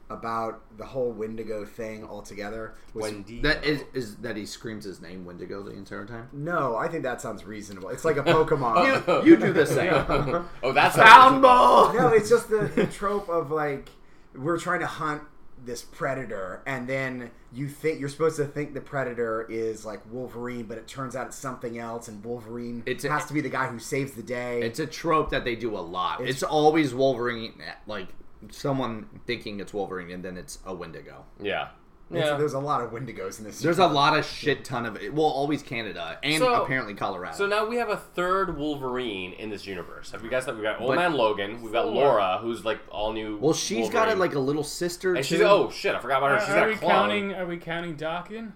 about the whole Wendigo thing altogether. was- Wendy. That is, is that he screams his name Wendigo the [laughs] entire time. no, I think that sounds reasonable. It's like [laughs] a Pokemon. Oh. You do the same. [laughs] oh, that's [laughs] Sound ball. no, it's just the, the trope of like we're trying to hunt this predator, and then you think you're supposed to think the predator is like Wolverine, but it turns out it's something else, and Wolverine It's a- has to be the guy who saves the day. It's a trope that they do a lot. It's, always Wolverine, like someone thinking it's Wolverine, and then it's a Wendigo. Yeah. It's- Yeah. There's a lot of Wendigos in this. There's a lot of shit ton of it. Well, always Canada and So- apparently Colorado. So now we have a third Wolverine in this universe. Have you guys thought we've got Old But- Man Logan, we've got Four. Laura, who's like all new. well, she's Wolverine. got a, like a little sister. And too. she's oh shit, I forgot about her. Are, She's are got we a clone. counting? Are we counting Dawkins?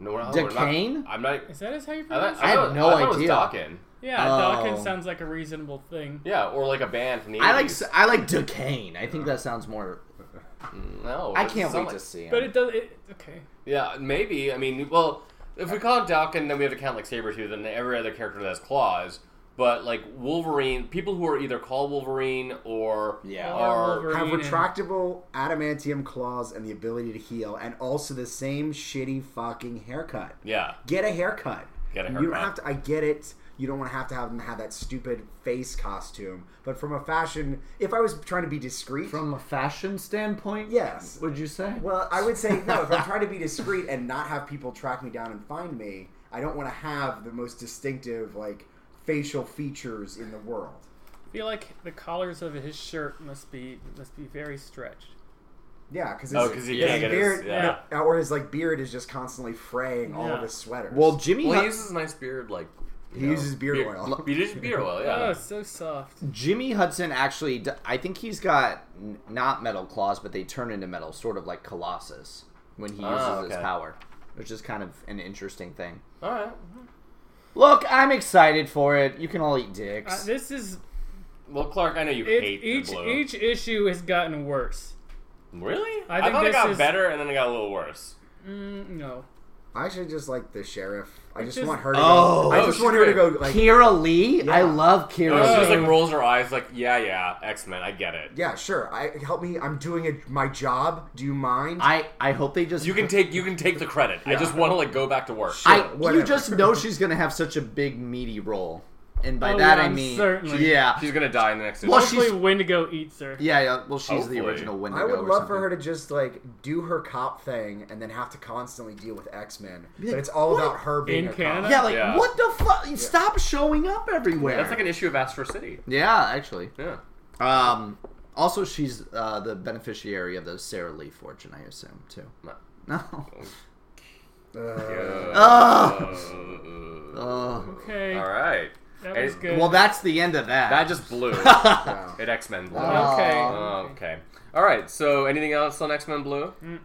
No, we're not, we're not- Decane? I'm not. Is that is how you I, pronounce thought- I, it? I have thought- no I thought idea. It was Dawkins. yeah, Oh. Dawkins sounds like a reasonable thing. Yeah, or like a band from the. 80s. I like s- I like Decane. I think that sounds more. No, I but can't some- wait to see him. But it does. It, okay. Yeah, maybe. I mean, well, if we call him Dawkins, then we have to count like Sabretooth and every other character that has claws. But like Wolverine, people who are either called Wolverine or Yeah. Or are Wolverine. have Wolverine and- retractable adamantium claws and the ability to heal, and also the same shitty fucking haircut. yeah. Get a haircut. Get a You don't haircut. have to. I get it. You don't want to have to have them have that stupid face costume. But from a fashion, if I was trying to be discreet, from a fashion standpoint, yes. Would you say? Well, I would say no. If I'm trying to be discreet and not have people track me down and find me, I don't want to have the most distinctive like facial features in the world. I feel like the collars of his shirt must be must be very stretched. Yeah, because Oh, 'cause he can't get his- beard, yeah. or his like beard is just constantly fraying all of Yeah. his sweaters. well, Jimmy Well, Hu- he uses nice beard, like you He know, uses beard oil. He uses beard oil, Oh, yeah. it's so soft. Uh, Jimmy Hudson actually, d- I think he's got n- not metal claws, but they turn into metal, sort of like Colossus when he Ah, uses his okay. power, which is kind of an interesting thing. All right. Look, I'm excited for it. You can all eat Uh, dicks. this is Well, Clark, I know you it, hate each the blue. each issue has gotten worse. really? I I, think thought it this got is- better, and then it got a little worse. Mm, no. I actually just like the sheriff. I just is- want her to. Oh. go, I Oh, just she's want her to go. great. Like, Kira Lee, I love You Kira. know, Uh. she Lee. just Oh. like rolls her eyes, like yeah, yeah, X Men, I get it. yeah, sure. I help me. I'm doing a, my job. Do you mind? I I hope they just You can take you can take the credit. I just want to like go back to work. Sure, I you whatever. just know she's gonna have such a big meaty role, and by Oh, that yeah, I mean certainly. yeah, Oh, She's gonna die in the next. Well, issue. She's- Hopefully, Wendigo eats her. yeah, yeah. Well, she's Hopefully. the original Wendigo. I would or love for something. her to just like do her cop thing and then have to constantly deal with X Men. like, But it's all "What?" about her being In a Canada? Cop. Yeah, like Yeah. what the fuck? Stop showing up everywhere. That's like an issue of Astro City. yeah, actually. Yeah. Um, also, she's uh, the beneficiary of the Sarah Lee fortune, I assume, too. No. [laughs] Uh, Uh, Ugh. Okay. all right. That And- was good. well, that's the end of that. That just blew. yeah. it X Men blew. Oh. okay. Oh, okay. All right. So anything else on X Men Blue? [laughs] Mm.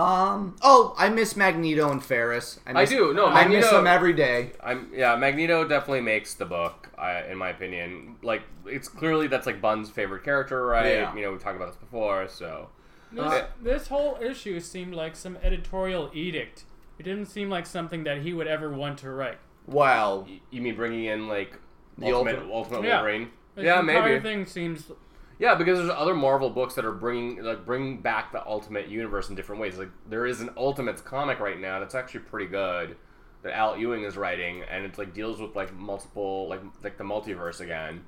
um. Oh, I miss Magneto and Ferris. I miss- do. No, I miss Magneto- them every day. I'm yeah. Magneto definitely makes the book, I, in my opinion. Like it's clearly that's like Bun's favorite character, right? Yeah. You know we've talked about this before, so. This, this whole issue seemed like some editorial edict. It didn't seem like something that he would ever want to write. Wow. Y- You mean bringing in like The ultimate ultimate- ultimate Yeah. Wolverine? This yeah, entire maybe. thing seems Yeah, because there's other Marvel books that are bringing like bring back the Ultimate Universe in different ways. Like there is an Ultimates comic right now that's actually pretty good that Al Ewing is writing, and it's like deals with like multiple like like the multiverse again.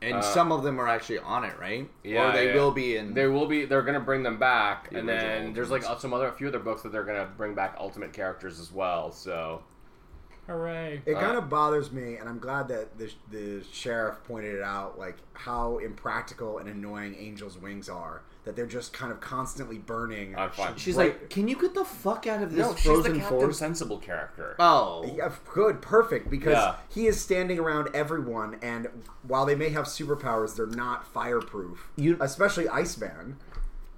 And Uh, some of them are actually on it, right? Yeah, Or they yeah. will be in. They will be they're gonna bring them back, and original then there's like Ultimates. some other a few other books that they're gonna bring back Ultimate characters as well. So hooray. It Uh, kind of bothers me, and I'm glad that the, the sheriff pointed it out, like how impractical and annoying Angel's wings are. That they're just kind of constantly burning. I'm fine. She's Right. like, "Can you get the fuck out of this no, she's the frozen Captain forest?" Sensible character. Oh, Yeah, good, perfect. Because Yeah. he is standing around everyone, and while they may have superpowers, they're not fireproof. You- especially Iceman.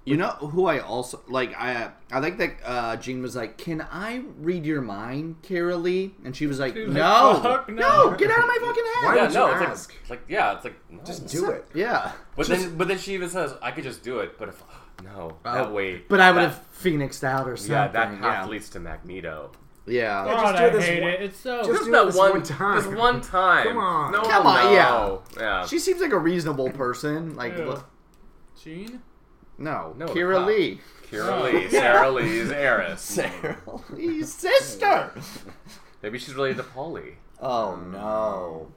You know who I also like. I I like that uh, Jean was like, "Can I read your mind, Kara Lee?" And she was like, She's like, no, "Fuck no, no." get out of my fucking head." Why yeah, would no, you it's like- ask? it's like, yeah, it's like no. Just do it. Yeah, But then, but then she even says, "I could just do it." But if no, Oh. that way. but I would that- have phoenixed out or something. Yeah, that path yeah. leads to Magneto. Yeah. Yeah, God, just do I this hate one- it. It's so. just- do it this one time. This one time. Come on. No, Come on, no. yeah. She seems like a reasonable person. Like, Ew. look- Gene? No, No, the Kira cop. Lee. Kira Lee, Sarah Lee's heiress. Sarah Lee's sister. Maybe she's related to Polly. Oh no.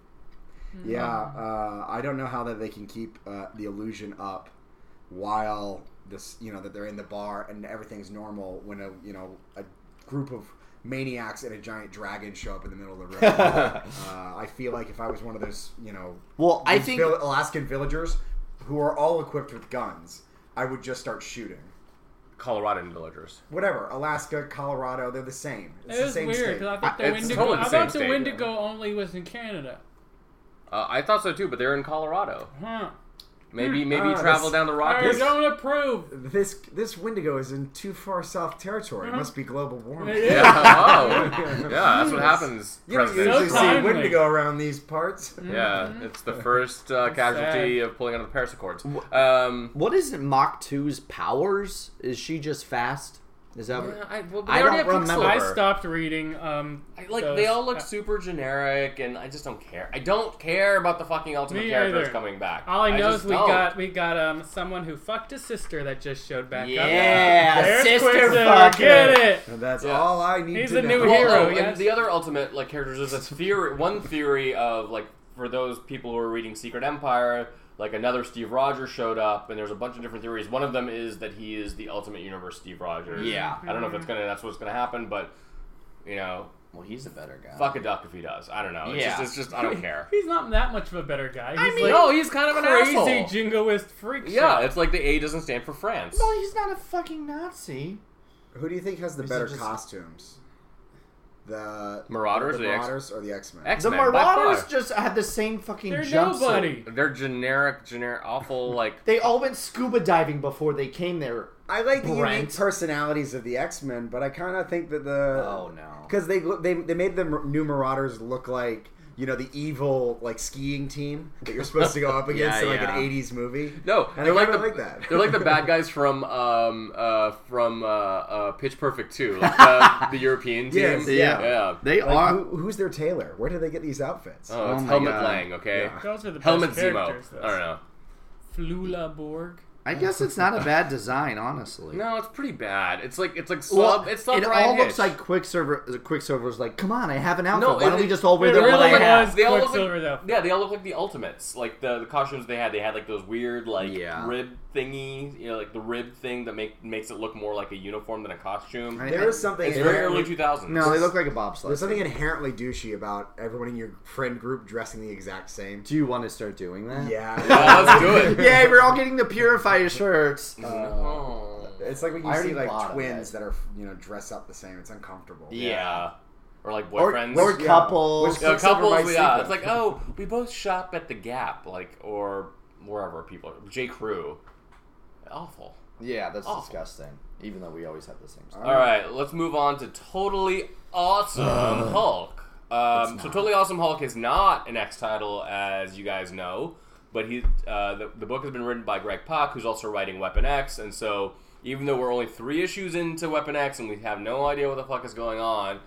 Yeah, uh, I don't know how that they can keep uh, the illusion up while this, you know, that they're in the bar and everything's normal when a, you know, a group of maniacs and a giant dragon show up in the middle of [laughs] the room. uh, I feel like if I was one of those, you know, Well, I these think vil- Alaskan villagers who are all equipped with guns, I would just start shooting. Coloradan villagers. Whatever, Alaska, Colorado, they're the same. It's It the was same weird state. because I thought the It's Wendigo. totally the I same thought the state, Wendigo only was in Canada. Uh, I thought so too, but they're in Colorado. Huh. Maybe maybe Ah, you travel that's- down the I Rockies. don't approve. this this Wendigo is in too far south territory. It must be global warming. Uh-huh. It is. Yeah, [laughs] oh. yeah, that's Hmm. what happens. You don't President. usually So see timely. Wendigo around these parts. Yeah, it's the first uh, casualty of pulling out of the Paris Accords. Um, what is Mach 2's powers? Is she just fast? Is that yeah, I, well, they I already don't have remember. Quicksilver. I stopped reading. Um, I- like those- they all look super generic, and I just don't care. I don't care about the fucking ultimate Me characters either. coming back. All I know just is we don't. got we got um someone who fucked his sister that just showed back up. [laughs] Yeah, There's sister Quicksilver, fucker. Get it? And that's Yeah. all I need He's to a know. Well, new hero. oh, yes. and the other ultimate like characters is this theory. One theory of like for those people who are reading Secret Empire, like another Steve Rogers showed up, and there's a bunch of different theories. One of them is that he is the ultimate universe Steve Rogers. Yeah. I don't know if that's gonna that's what's gonna happen, but you know, Well, he's a better guy. fuck a duck if he does. I don't know. It's Yeah. just, it's just I don't [laughs] care. He's not that much of a better guy. He's I mean, like no, he's kind of an crazy asshole. jingoist freak. yeah, show. it's like the A doesn't stand for France. No, he's not a fucking Nazi. Who do you think has the Is it better just- costumes? The Marauders the or the X- Marauders or the X Men? X The Men. Marauders just had the same fucking They're jumpsuit. nobody. They're generic, generic, awful. Like They all went scuba diving before they came there. I like the unique Brent. personalities of the X Men, but I kind of think that the Oh, no. because they look- they they made the Mar- new Marauders look like you know the evil like skiing team that you're supposed to go [laughs] up against Yeah, in like yeah. an '80s movie. No, and they're I like kinda the like that. they're like [laughs] the bad guys from um uh from uh, uh Pitch Perfect 2, like [laughs] the, the European team. Yes, yeah. yeah. They Like, who, who's their tailor? Where do they get these outfits? oh, it's Oh my Helmet God. Lang, okay? Yeah. those are the Helmet best Zemo. characters. I don't know. Flula Borg. I guess it's not a bad design, honestly. No, it's pretty bad. It's like it's like sub. Well, it's sub. it Brian all Hitch. looks like Quicksilver. Quicksilver's like, come on, I have an outfit. No, Why it- don't we just all wear it the one really I have? was They all look Quicksilver, like, though. yeah, they all look like the Ultimates. Like the, the costumes they had, they had like those weird like Yeah. rib thingy, you know, like the rib thing that make makes it look more like a uniform than a costume. Right. There is something It's very inherently- early two thousands. No, they look like a bobsled. There's something inherently douchey about everyone in your friend group dressing the exact same. Do you want to start doing that? Yeah. [laughs] Yeah, [laughs] let's do it. [laughs] Yay, we're all getting the purifier shirts. Uh, No. It's like when I you already see like bought it, twins guys. that are you know dress up the same. It's uncomfortable. Yeah. Or like Or, boyfriends. or Yeah. couples. Which- Yeah, Six over couples, my yeah. secret. It's like, oh, we both shop at the Gap, like, or wherever people are. J. Crew. Awful. Yeah, that's Oh. disgusting. Even though we always have the same stuff. All right, let's move on to Totally [sighs] Awesome Hulk. Um, so, Totally Awesome Hulk is not an X title, as you guys know, but he uh, the, the book has been written by Greg Pak, who's also writing Weapon X, and so even though we're only three issues into Weapon X and we have no idea what the fuck is going on,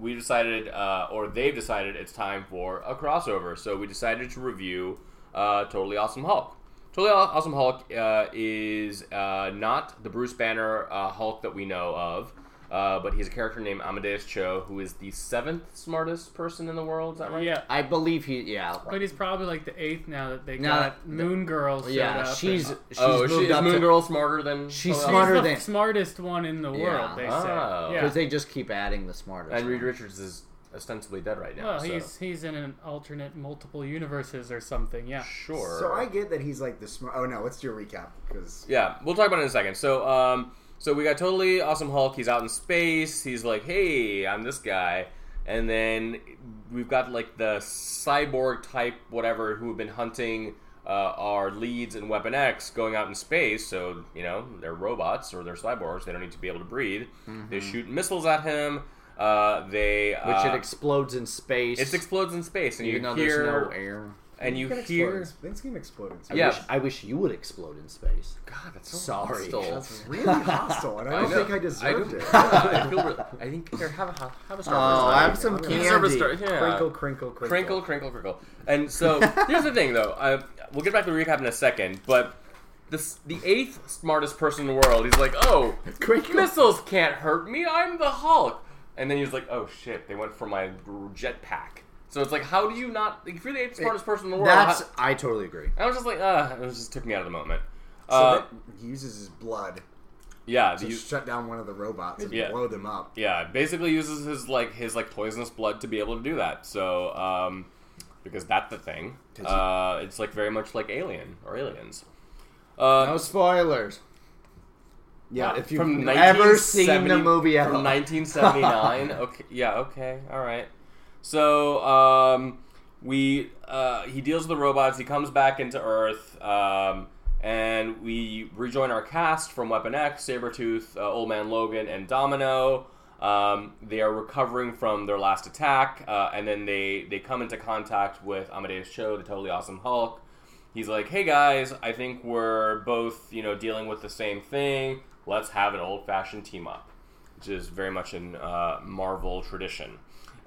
we decided, uh, or they've decided, it's time for a crossover. So we decided to review uh, Totally Awesome Hulk. Totally Aw- Awesome Hulk uh, is uh, not the Bruce Banner uh, Hulk that we know of, uh, but he's a character named Amadeus Cho, who is the seventh smartest person in the world. Is that right? Yeah. I believe he. Yeah. But he's probably like the eighth now that they Now got that- Moon Girl. showed yeah, up she's and- she's oh, moved is she, is up Moon to, Girl smarter than She's Totally smarter She's the than- smartest one in the world. Yeah. They Oh. say. Yeah. because they just keep adding the smartest. Awesome? And Reed one. Richards is ostensibly dead right now. Well, so- he's he's in an alternate multiple universes or something. Yeah. sure. So I get that he's like the smart. Oh no, let's do a recap because Yeah, we'll talk about it in a second. So, um, so we got totally awesome Hulk. He's out in space. He's like, "Hey, I'm this guy," and then we've got like the cyborg type, whatever, who have been hunting uh, our leads in Weapon X, going out in space. So you know they're robots or they're cyborgs. They don't need to be able to breathe. They shoot missiles at him. Uh, they Mm-hmm. which uh, it explodes in space. it explodes in space, and even you though hear there's no air. and you It's gonna hear. explode. things can explode. in space. Yeah. Wish- I wish you would explode in space. God, that's so Sorry. hostile. That's really [laughs] hostile, and I don't know. think I deserved do- it. Yeah, [laughs] I feel re- I think here, have a have a star. Oh, first. I have some You You deserve a candy. star- yeah. Crinkle, crinkle, [laughs] crinkle. crinkle, crinkle, crinkle. And so here's the thing, though. I, we'll get back to the recap in a second, but the, s- the eighth smartest person in the world. He's like, [laughs] oh, Quick- missiles can't hurt me. I'm the Hulk. And then he was like, oh shit, they went for my jetpack. So it's like, how do you not? If you're the eighth smartest person in the world, That's how- I totally agree. I was just like, ah, it was just took me out of the moment. So uh, that he uses his blood yeah, to the- shut down one of the robots and Yeah. blow them up. yeah, it basically uses his like his like poisonous blood to be able to do that. So um, because that's the thing. Did you- Uh, it's like very much like Alien or Aliens. Uh, No spoilers. Yeah, Wow. if you've From ever seen the 1970 movie at from all. [laughs] 1979. okay, yeah, okay, all right. So um, we uh, he deals with the robots. He comes back into Earth, um, and we rejoin our cast from Weapon X, Sabretooth, uh, Old Man Logan, and Domino. Um, they are recovering from their last attack, uh, and then they they come into contact with Amadeus Cho, the totally awesome Hulk. He's like, "Hey guys, I think we're both, you know, dealing with the same thing. Let's have an old-fashioned team up." which is very much in uh, Marvel tradition.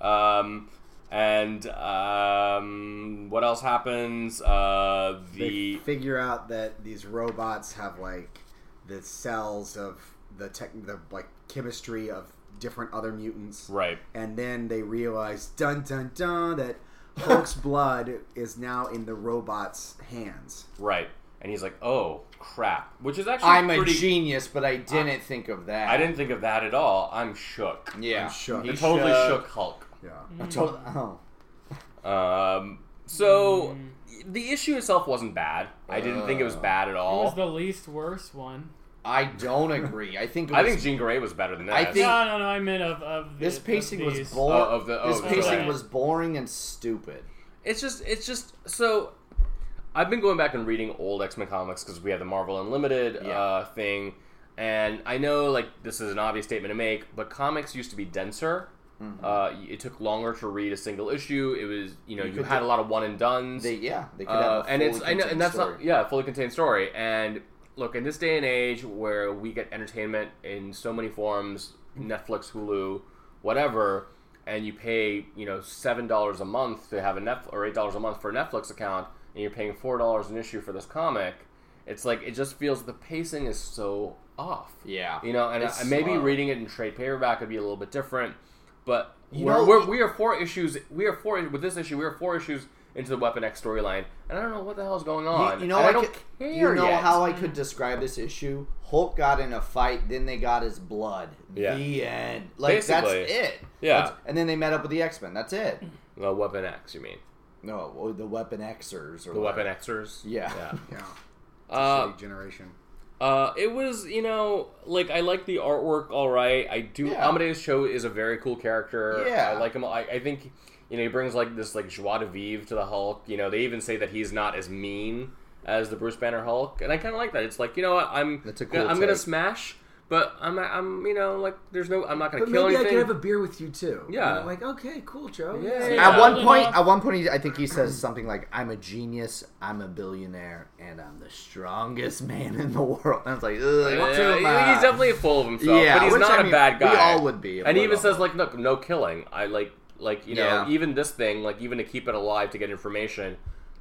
Um, and um, what else happens? Uh, they the figure out that these robots have like the cells of the tech, the like chemistry of different other mutants, right, and then they realize, dun dun dun, that [laughs] Hulk's blood is now in the robot's hands. right, and he's like, "Oh crap," which is actually I'm a pretty. genius, but I didn't think of that. I didn't think of that at all. I'm shook. Yeah, I'm shook. I He totally shook Hulk. Yeah, Tot- oh. Um, so the issue itself wasn't bad. I didn't think it was bad at It was all. the least worse one. I don't agree. I think it was, I think Jean Grey was better than that. I think- No, no, no. I meant of of the, this of pacing was these. boring. Oh, of the- oh, this the pacing delay. was boring and stupid. it's just it's just so i've been going back and reading old x-men comics because we had the marvel unlimited Yeah. uh, thing and i know like this is an obvious statement to make but comics used to be denser Mm-hmm. uh, it took longer to read a single issue it was you know You you, could had do- a lot of one and dones They yeah, they could uh, have a and it's fully I know, and contained that's story. not yeah fully contained story and look in this day and age where we get entertainment in so many forms netflix hulu whatever and you pay you know seven dollars a month to have a netflix or eight dollars a month for a netflix account and you're paying four dollars an issue for this comic it's like it just feels the pacing is so off Yeah. you know and It's I, maybe slow. reading it in trade paperback would be a little bit different but You we're, know- we're, we are four issues. We are four with this issue. We are four issues into the Weapon X storyline, and I don't know what the hell is going You- on. You know, and I I don't could- care You know yet. how I could describe this issue? Hulk got in a fight, then they got his blood. Yeah. The end. Like Basically. that's it. Yeah. That's- and then they met up with the X Men. That's it. Well, Weapon X, you mean No, well, the Weapon Xers or the whatever. Weapon Xers? Yeah. yeah. Yeah. Uh, Shitty generation. uh, it was you know like I like the artwork. All right, I do. Yeah. Amadeus Cho is a very cool character. Yeah. I like him. I, I think you know he brings like this like joie de vivre to the Hulk. You know they even say that he's not as mean as the Bruce Banner Hulk, and I kind of like that. It's like you know what I'm That's a gonna- cool I'm gonna take. smash. But I'm, I'm, you know, like there's no, I'm not gonna But kill maybe I anything. could have a beer with you too. Yeah. And I'm like, okay, cool, Joe. Yeah, See yeah, ya. yeah. At one Well, point, enough. at one point, he, I think he says something like, "I'm a genius, I'm a billionaire, and I'm the strongest man in the [laughs] world." And I was like, Ugh, Yeah, too he- much." he's definitely full of himself, Yeah, but he's which, not I a mean, bad we guy. all would be if And he we're even not. says like, "Look, no killing." I like, like you know, Yeah. even this thing, like even to keep it alive to get information.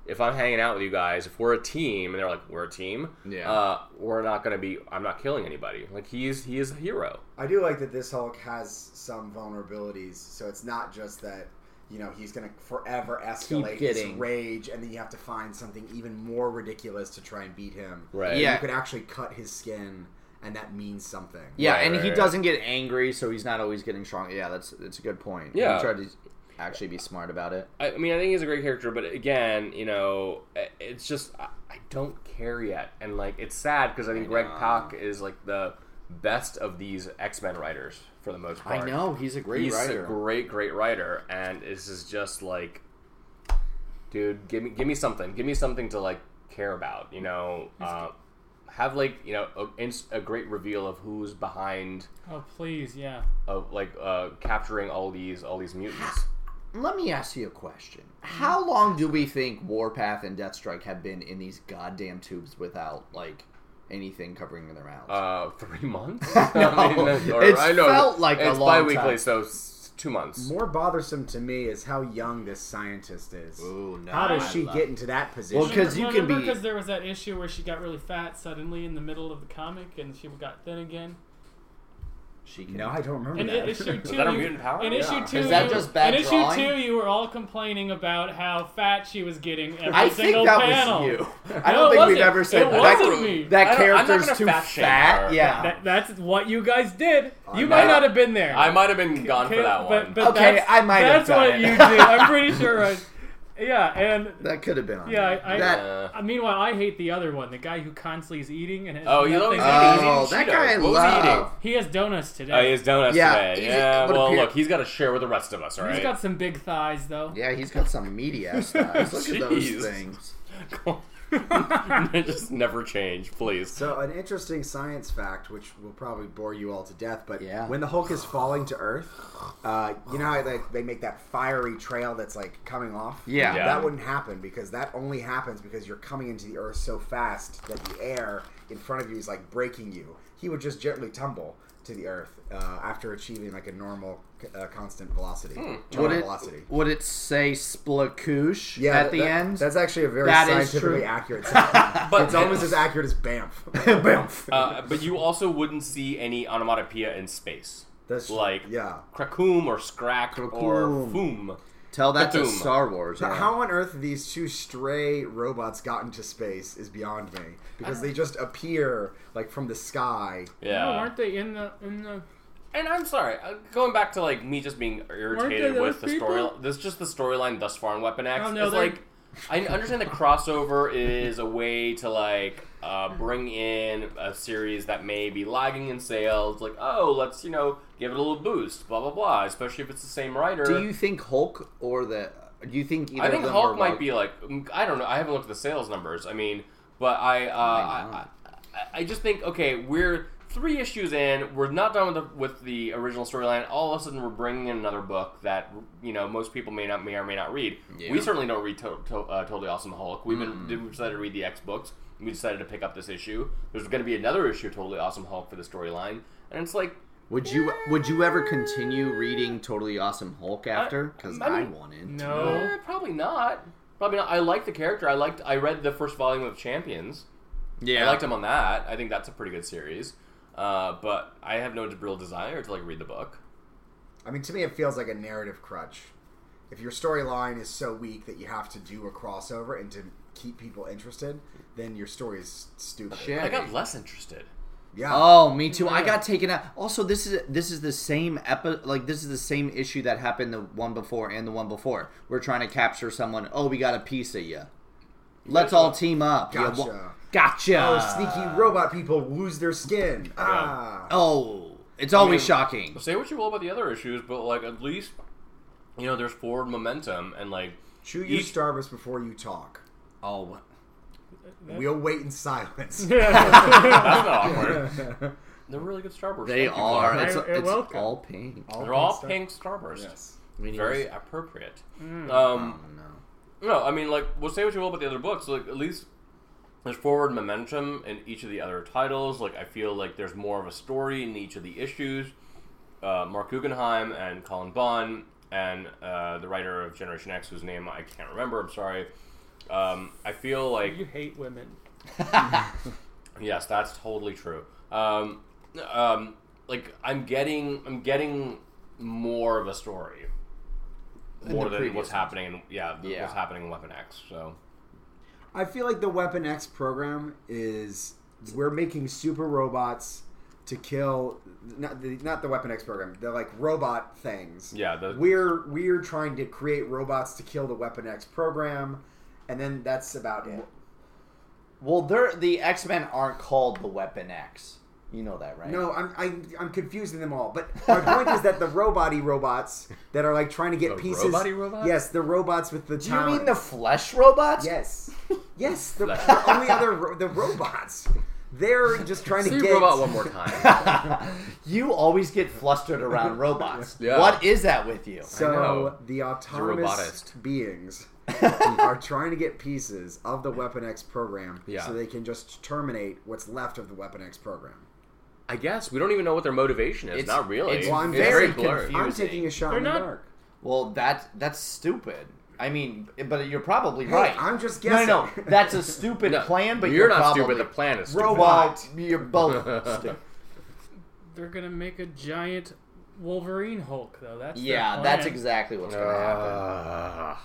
If I'm hanging out with you guys, if we're a team, and they're like, "We're a team," Yeah. uh, we're not gonna be. I'm not killing anybody. Like he's he is a hero. I do like that this Hulk has some vulnerabilities, so it's not just that you know he's going to forever escalate his getting- rage, and then you have to find something even more ridiculous to try and beat him. Right. And Yeah. you could actually cut his skin, and that means something. Yeah, Right, and right, he right. doesn't get angry, so he's not always getting strong. Yeah, that's that's a good point. Yeah. he tried to actually be smart about it. I, I mean, I think he's a great character, but again, you know, i- it's just I, I don't care yet, and like it's sad because I think Greg Pak is like the best of these X Men writers for the most part. I know he's a great he's writer. a great, great writer, and this is just like, dude, give me, give me something, give me something to like care about, you know. Uh, have like you know a, ins- a great reveal of who's behind Oh please, yeah. of like uh, capturing all these all these [laughs] mutants. Let me ask you a question: How long do we think Warpath and Deathstrike have been in these goddamn tubes without like anything covering their mouths? [laughs] [laughs] Uh, three months. No, it's felt like a it's long bi-weekly, time. so s- two months. More bothersome to me is how young this scientist is. Ooh, no. How I does she love- get into that position? Well, 'cause you can be- because there was that issue where she got really fat suddenly in the middle of the comic, and she got thin again. She can. no, I don't remember And that. in [laughs] issue two, that a you- mutant power? In Yeah. issue two, Oh, Is that you- just bad in issue drawing? two, you were all complaining about how fat she was getting every I single think that panel. [laughs] was you. No, I don't it think we've wasn't. ever said It that. wasn't me. that I don't- I'm not character's gonna too fat fat. shame her. Yeah. That, that's what you guys did. I you might- might not have been there. I might have been gone Okay, for that but- one. But, Okay, that's, I might have That's done what it. you did. [laughs] I'm pretty sure. I, yeah, and that could have been on yeah, there. I, I, That- Uh, I- Meanwhile, I hate the other one, the guy who constantly is eating and has oh, you love nothing. he's Oh, eating- he's eating that guy I Cheetos. What was he eating? love. he has donuts today. Oh, he has donuts Yeah, today. he's- Yeah. what a Well, peri- look, he's got to share with the rest of us, all He's right? got some big thighs though. yeah, he's got some meaty ass thighs. Look [laughs] at Jeez. those things. [laughs] [laughs] Just never change, please. So, an interesting science fact, which will probably bore you all to death, but Yeah. when the Hulk is falling to Earth, uh, you know how they, they make that fiery trail that's like coming off? Yeah. Yeah. That wouldn't happen because that only happens because you're coming into the Earth so fast that the air in front of you is like breaking you. He would just gently tumble to the Earth uh, after achieving like a normal, uh, constant velocity. Hmm. Would terminal it, velocity. would it say splakoosh Yeah, at that- the that- end? That's actually a very That is scientifically true. [laughs] accurate. sound. But- it's almost as accurate as Banff. [laughs] Banff. Uh, but you also wouldn't see any onomatopoeia in space. That's like yeah. Krakoom or Scrack or Krakoom. Foom. Tell that to Batum. Star Wars. Now, yeah. How on earth these two stray robots got into space is beyond me Uh, because they just appear like from the sky. Yeah. No, weren't Oh, they in the in the? And I'm sorry, uh, going back to like me just being irritated there with the those story. people? This just the storyline thus far in Weapon X. Oh, no, it's they're- like I understand the crossover is a way to like uh, bring in a series that may be lagging in sales. Like, oh, let's you know give it a little boost, blah blah blah. Especially if it's the same writer. Do you think Hulk or the? Do you think either I think of them were Hulk might like- be like mm, I don't know. I haven't looked at the sales numbers. I mean, but I uh, I, I I just think okay, we're three issues in. We're not done with the, with the original storyline. All of a sudden, we're bringing in another book that you know most people may not may or may not read. Yeah. We certainly don't read to, to, uh, Totally Awesome Hulk. We've been we decided to read the X books. We decided to pick up this issue. There's going to be another issue, of Totally Awesome Hulk, for the storyline, and it's like Would you Would you ever continue reading Totally Awesome Hulk after? Because I I, mean- wanted. No. Eh, probably not. Probably not. I like the character. I liked. I read the first volume of Champions. Yeah. I liked him on that. I think that's a pretty good series. Uh, but I have no real desire to like read the book. I mean, to me, it feels like a narrative crutch. If your storyline is so weak that you have to do a crossover and to keep people interested, then your story is stupid. Shit. I got less interested. Yeah. Oh, me too. I got taken out. Also, this is this is the same epi- like this is the same issue that happened the one before and the one before. We're trying to capture someone. Oh, we got a piece of you. Let's all team up. You Gotcha. wa- gotcha. Oh, sneaky robot people lose their skin. Ah. Oh, it's always mean- shocking. Say what you will about the other issues, but like at least you know there's forward momentum and like [laughs] Chew your Each- starburst before you talk. Oh, We'll wait in that's silence. not awkward. They're really good Starburst. they Thank you, are. Clark. It's, You're it's welcome. all pink. They're all Star- pink Starburst. Yes. We need Very to- appropriate. Oh, Um, no. No, I mean, like, we'll say what you will about the other books. Like, at least there's forward momentum in each of the other titles. Like, I feel like there's more of a story in each of the issues. Uh, Mark Guggenheim and Colin Bunn and uh, the writer of Generation X, whose name I can't remember. I'm sorry. Um, I feel like [laughs] You hate women. Yes, that's totally true. Um, um, like I'm getting, I'm getting more of a story, more than previous what's ones. happening. In, yeah, th- Yeah. what's happening in Weapon X. So I feel like the Weapon X program is we're making super robots to kill not the, not the Weapon X program. They're like robot things. Yeah, the- we're we're trying to create robots to kill the Weapon X program, and then that's about it. Well, they're the X Men aren't called the Weapon X. You know that, right? No, I'm I'm, I'm confusing them all. But my point is that the robot-y robots that are like trying to get The pieces. robot-y robots? Yes, the robots with the. Do you mean talent. the flesh robots? Yes. [laughs] Yes, the, Flash. the only other ro- the robots. They're just trying to get more [laughs] time. [laughs] you always get flustered around robots. Yeah. What is that with you? [laughs] know. So the autonomous robotist. beings are trying to get pieces of the Weapon X program Yeah. so they can just terminate what's left of the Weapon X program. I guess we don't even know what their motivation is. It's- not really. it's Well, I'm It's very blurry. confused. I'm taking a shot They're in the not- dark. Well, that that's stupid. I mean, but you're probably Hey, right. I'm just No, guessing. no, no, that's a [laughs] stupid No, plan. But you're, you're, not probably stupid. The [laughs] plan is stupid. robot. You're both stupid. They're gonna make a giant Wolverine Hulk though. That's their Yeah, that's plan. exactly what's gonna happen. Uh,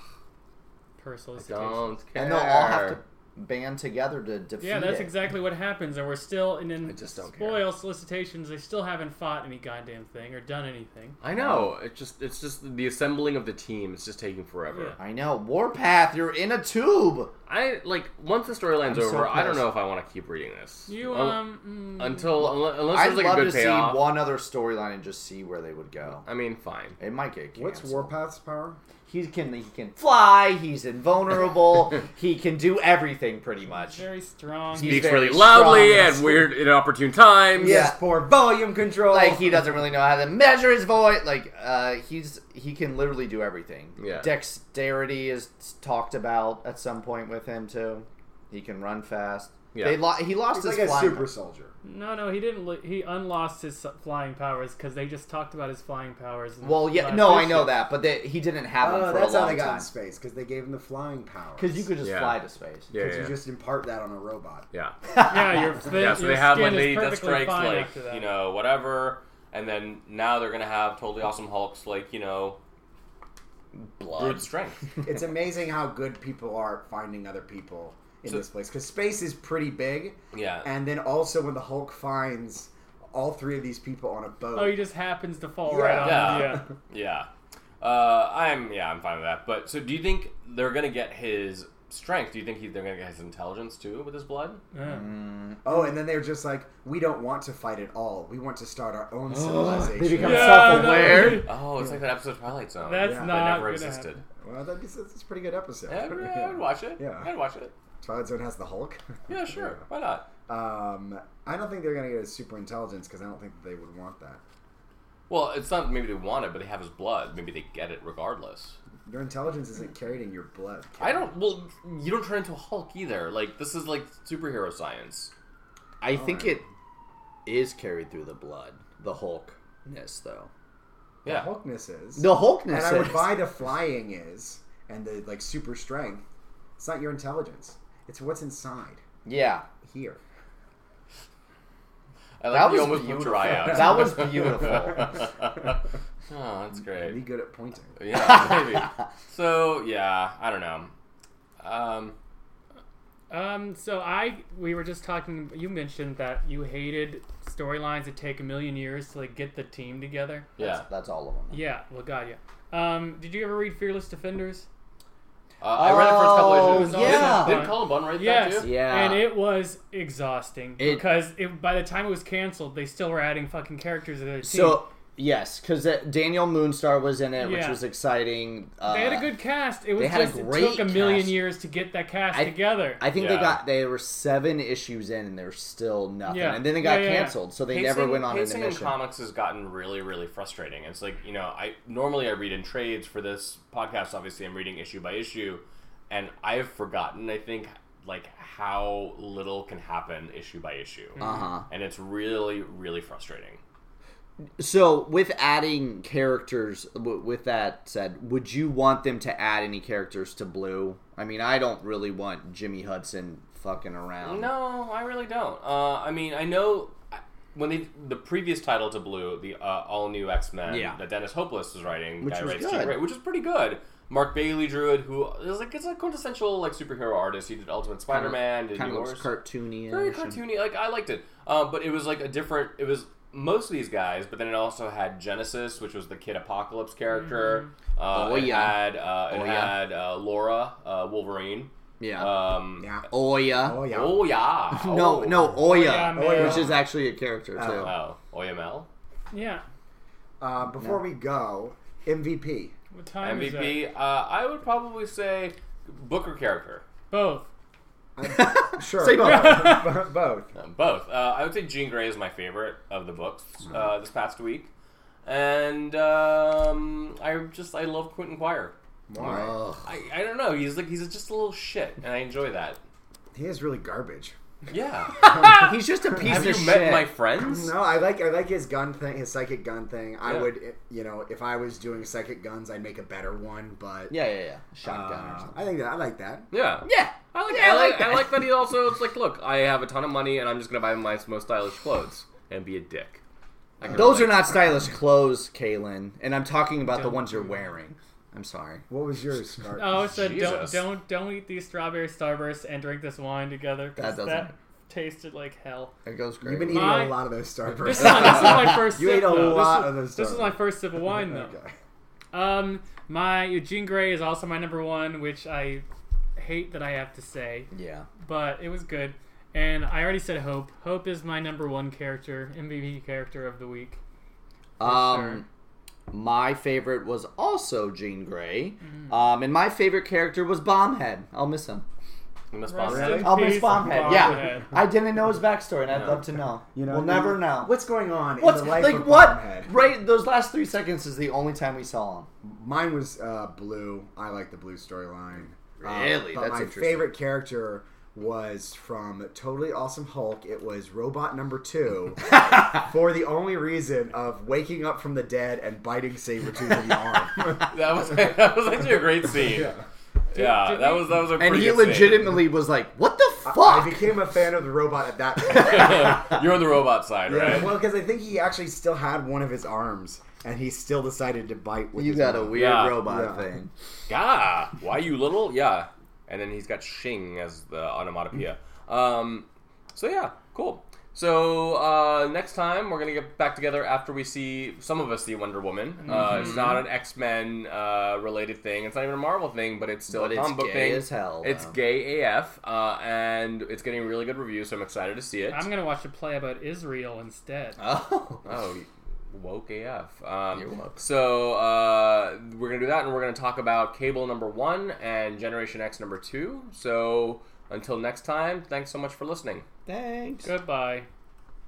per solicitation. don't care. And they'll all have to band together to defeat Yeah, that's it. exactly what happens, and we're still and then I just don't care. spoil solicitations. They still haven't fought any goddamn thing or done anything. I know. It just it's just the assembling of the team is just taking forever. I know. Warpath, you're in a tube. I like once the storyline's I'm so over, I don't pissed. know if I want to keep reading this. You Oh, Un- um, uh, mm, until unle- unless I'd there's like love a good to payoff. see one other storyline and just see where they would go. I mean, fine. It might get canceled. What's Warpath's power? He can he can fly. [laughs] He's invulnerable. he can do everything pretty much. very strong. He's Speaks very really loudly strong and at weird, inopportune times. Yeah. for volume control. Like Oh. he doesn't really know how to measure his voice. Like uh, he's he can literally do everything. Yeah. Dexterity is talked about at some point with him too. He can run fast. Yeah. They lo- he lost He's his like a flying- super soldier. No, no, he didn't. Li- he unlost his flying powers because they just talked about his flying powers. in Well, the yeah, last no, I issue. know that, but they, he didn't have them Oh, for that's a how they long got in time. space because they gave him the flying powers. Because [laughs] you could just Yeah. fly to space. Yeah, Because yeah, you just impart that on a robot. [laughs] yeah. Yeah, your, thin, yeah, so your they have skin like is Lady Death perfectly Strikes, fine like after that. you know whatever, and then now they're gonna have totally awesome Hulks, like you know brute strength. [laughs] it's amazing how good people are at finding other people in So- this place because space is pretty big. Yeah. And then also when the Hulk finds all three of these people on a boat, Oh, he just happens to fall Yeah. right on. Yeah. Yeah. yeah. Yeah, uh, I'm yeah, I'm fine with that. But so, do you think they're gonna get his strength? Do you think he, they're gonna get his intelligence too with his blood? Yeah. [laughs] Mm-hmm. oh, and then they're just like, we don't want to fight at all. We want to start our own civilization. They become Yeah, self-aware. that- Oh, it's like that episode of Twilight Zone. That's Yeah. that not never gonna existed. Well, that'd be, that's a pretty good episode. [laughs] Yeah, I'd, I'd watch it. Yeah. I'd watch it. Twilight Zone has the Hulk. Yeah, sure. Why not? [laughs] Um, I don't think they're gonna get his super intelligence because I don't think that they would want that. Well, it's not maybe they want it, but they have his blood. Maybe they get it regardless. Your intelligence isn't carried in your blood. I don't. Well, you don't turn into a Hulk either. Like this is like superhero science. I think it is carried through the blood, the Hulkness, though. Yeah. Hulkness is The Hulkness. and I would is- buy the flying is and the like super strength. It's not your intelligence. It's what's inside Yeah, here. I like that that was you almost beautiful. pooped your eye out. [laughs] That was beautiful. [laughs] oh, that's Be great. good at pointing. Yeah, [laughs] maybe. So yeah, I don't know. Um, Um, so I we were just talking. You mentioned that you hated storylines that take a million years to like get the team together. yeah. That's all of them. Yeah, well, God, yeah. Um, did you ever read Fearless Defenders? Uh, I read the first couple issues. Oh, It was yeah. awesome. Didn't Colin Bunn write that Yes, too? Yeah. and it was exhausting It- because it, by the time it was canceled, they still were adding fucking characters to their team. So yes, because Daniel Moonstar was in it, which Yeah. was exciting. Uh, they had a good cast. It was they had a just great it took a million cast. years to get that cast I- together. I think Yeah. they got they were seven issues in, and there's still nothing. Yeah. And then it got Yeah, yeah, yeah. canceled, so they never went on an pacing in mission. comics has gotten really, really frustrating. It's like you know, I normally I read in trades for this podcast. Obviously, I'm reading issue by issue, and I've forgotten. I think like how little can happen issue by issue, Uh-huh. and it's really, really frustrating. So, with adding characters, w- with that said, would you want them to add any characters to Blue? I mean, I don't really want Jimmy Hudson fucking around. No, I really don't. Uh, I mean, I know I- when they the previous title to Blue, the uh, all new X Men Yeah. that Dennis Hopeless was writing, Which guy was writes good. Jean Grey, which is pretty good. Mark Bailey drew it, who is like it's a quintessential like superhero artist. He did Ultimate Spider Man, did Kind of yours, looks cartoony. very cartoony. Like I liked it, uh, but it was like a different. It was most of these guys, but then it also had Genesis, which was the Kid Apocalypse character. Uh, Oh, it yeah. had uh, it Oh, yeah. had uh, Laura uh, Wolverine. Yeah. Um, Yeah. Oya. Oh yeah. Oh yeah. [laughs] No, Oh. no, Oya, Oya Mail. which is actually a character too. Oh, OML. yeah, Uh, before we go, MVP. what time is that? MVP. Uh, I would probably say Booker character. Both. [laughs] Sure. Say [laughs] both. both. Uh, Both. Uh, I would say Jean Grey is my favorite of the books Hmm. uh, this past week, and um, I just I love Quentin Quire. Why? Ugh. I, I don't know. He's like he's just a little shit, and I enjoy that. [laughs] He is really garbage. [laughs] Yeah. Ah! He's just a piece Have of you shit. met my friends? [laughs] No, I like I like his gun thing, his psychic gun thing. I Yeah. would, you know, if I was doing psychic guns, I'd make a better one. But yeah, yeah, yeah. uh, Shotgun or something. I think that I like that. Yeah. Yeah. I like, Yeah, I, like, I like that he also it's like, look, I have a ton of money and I'm just gonna buy my most stylish clothes and be a dick. I can Those are relate. not stylish clothes, Kaylin. And I'm talking about the Don't ones you're do that. wearing. I'm sorry. What was yours, Scar? Oh, so Jesus. don't don't don't eat these strawberry starbursts and drink this wine together. 'cause That doesn't- tasted like hell. [laughs] It goes great. You've been eating My- a lot of those This is, Starbursts. not, this is [laughs] my first. You sip, ate a though. lot this of was, those This is my Starbursts. first sip of [laughs] wine, though. Okay. Um, my Eugene Gray is also my number one, which I hate that I have to say, yeah. but it was good. And I already said Hope. Hope is my number one character, MVP character of the week. Um, my favorite was also Jean Grey. Mm. Um, and my favorite character was Bombhead. I'll miss him. Miss Rest Bonnet? in I'll miss peace, Bombhead. Yeah. Bombhead. I didn't know his backstory, and I'd love to know. You know, we'll you- never know. What's going on? What's in the life like of what? Bonehead? Right, those last three seconds is the only time we saw him. Mine was uh, blue. I like the blue storyline. Um, Really? but That's my interesting. favorite character was from Totally Awesome Hulk. It was Robot Number [laughs] Two, for the only reason of waking up from the dead and biting Sabretooth in [laughs] the arm. That was [laughs] that was actually a great scene. Yeah, did that we- was that was a And pretty he good scene. legitimately was like, "What the fuck?" I became a fan of the robot at that [laughs] [laughs] point. You're on the robot side, right? Well, because I think he actually still had one of his arms, and he still decided to bite. With you his got a mouth. weird Yeah. robot Yeah. thing. Yeah. Why you little? Yeah. And then he's got Shing as the onomatopoeia. Um, so yeah, cool. So uh, next time we're gonna get back together after we see some of us see Wonder Woman. Uh, Mm-hmm. it's not an X Men uh, related thing. It's not even a Marvel thing, but it's still But a it's comic book gay thing. as hell, It's though. gay AF, uh, and it's getting really good reviews. So I'm excited to see it. I'm gonna watch a play about Israel instead. Oh, [laughs] Oh, woke AF. Um, You're woke. So uh, we're gonna do that, and we're gonna talk about Cable number one and Generation X number two. So until next time, thanks so much for listening. thanks. Goodbye.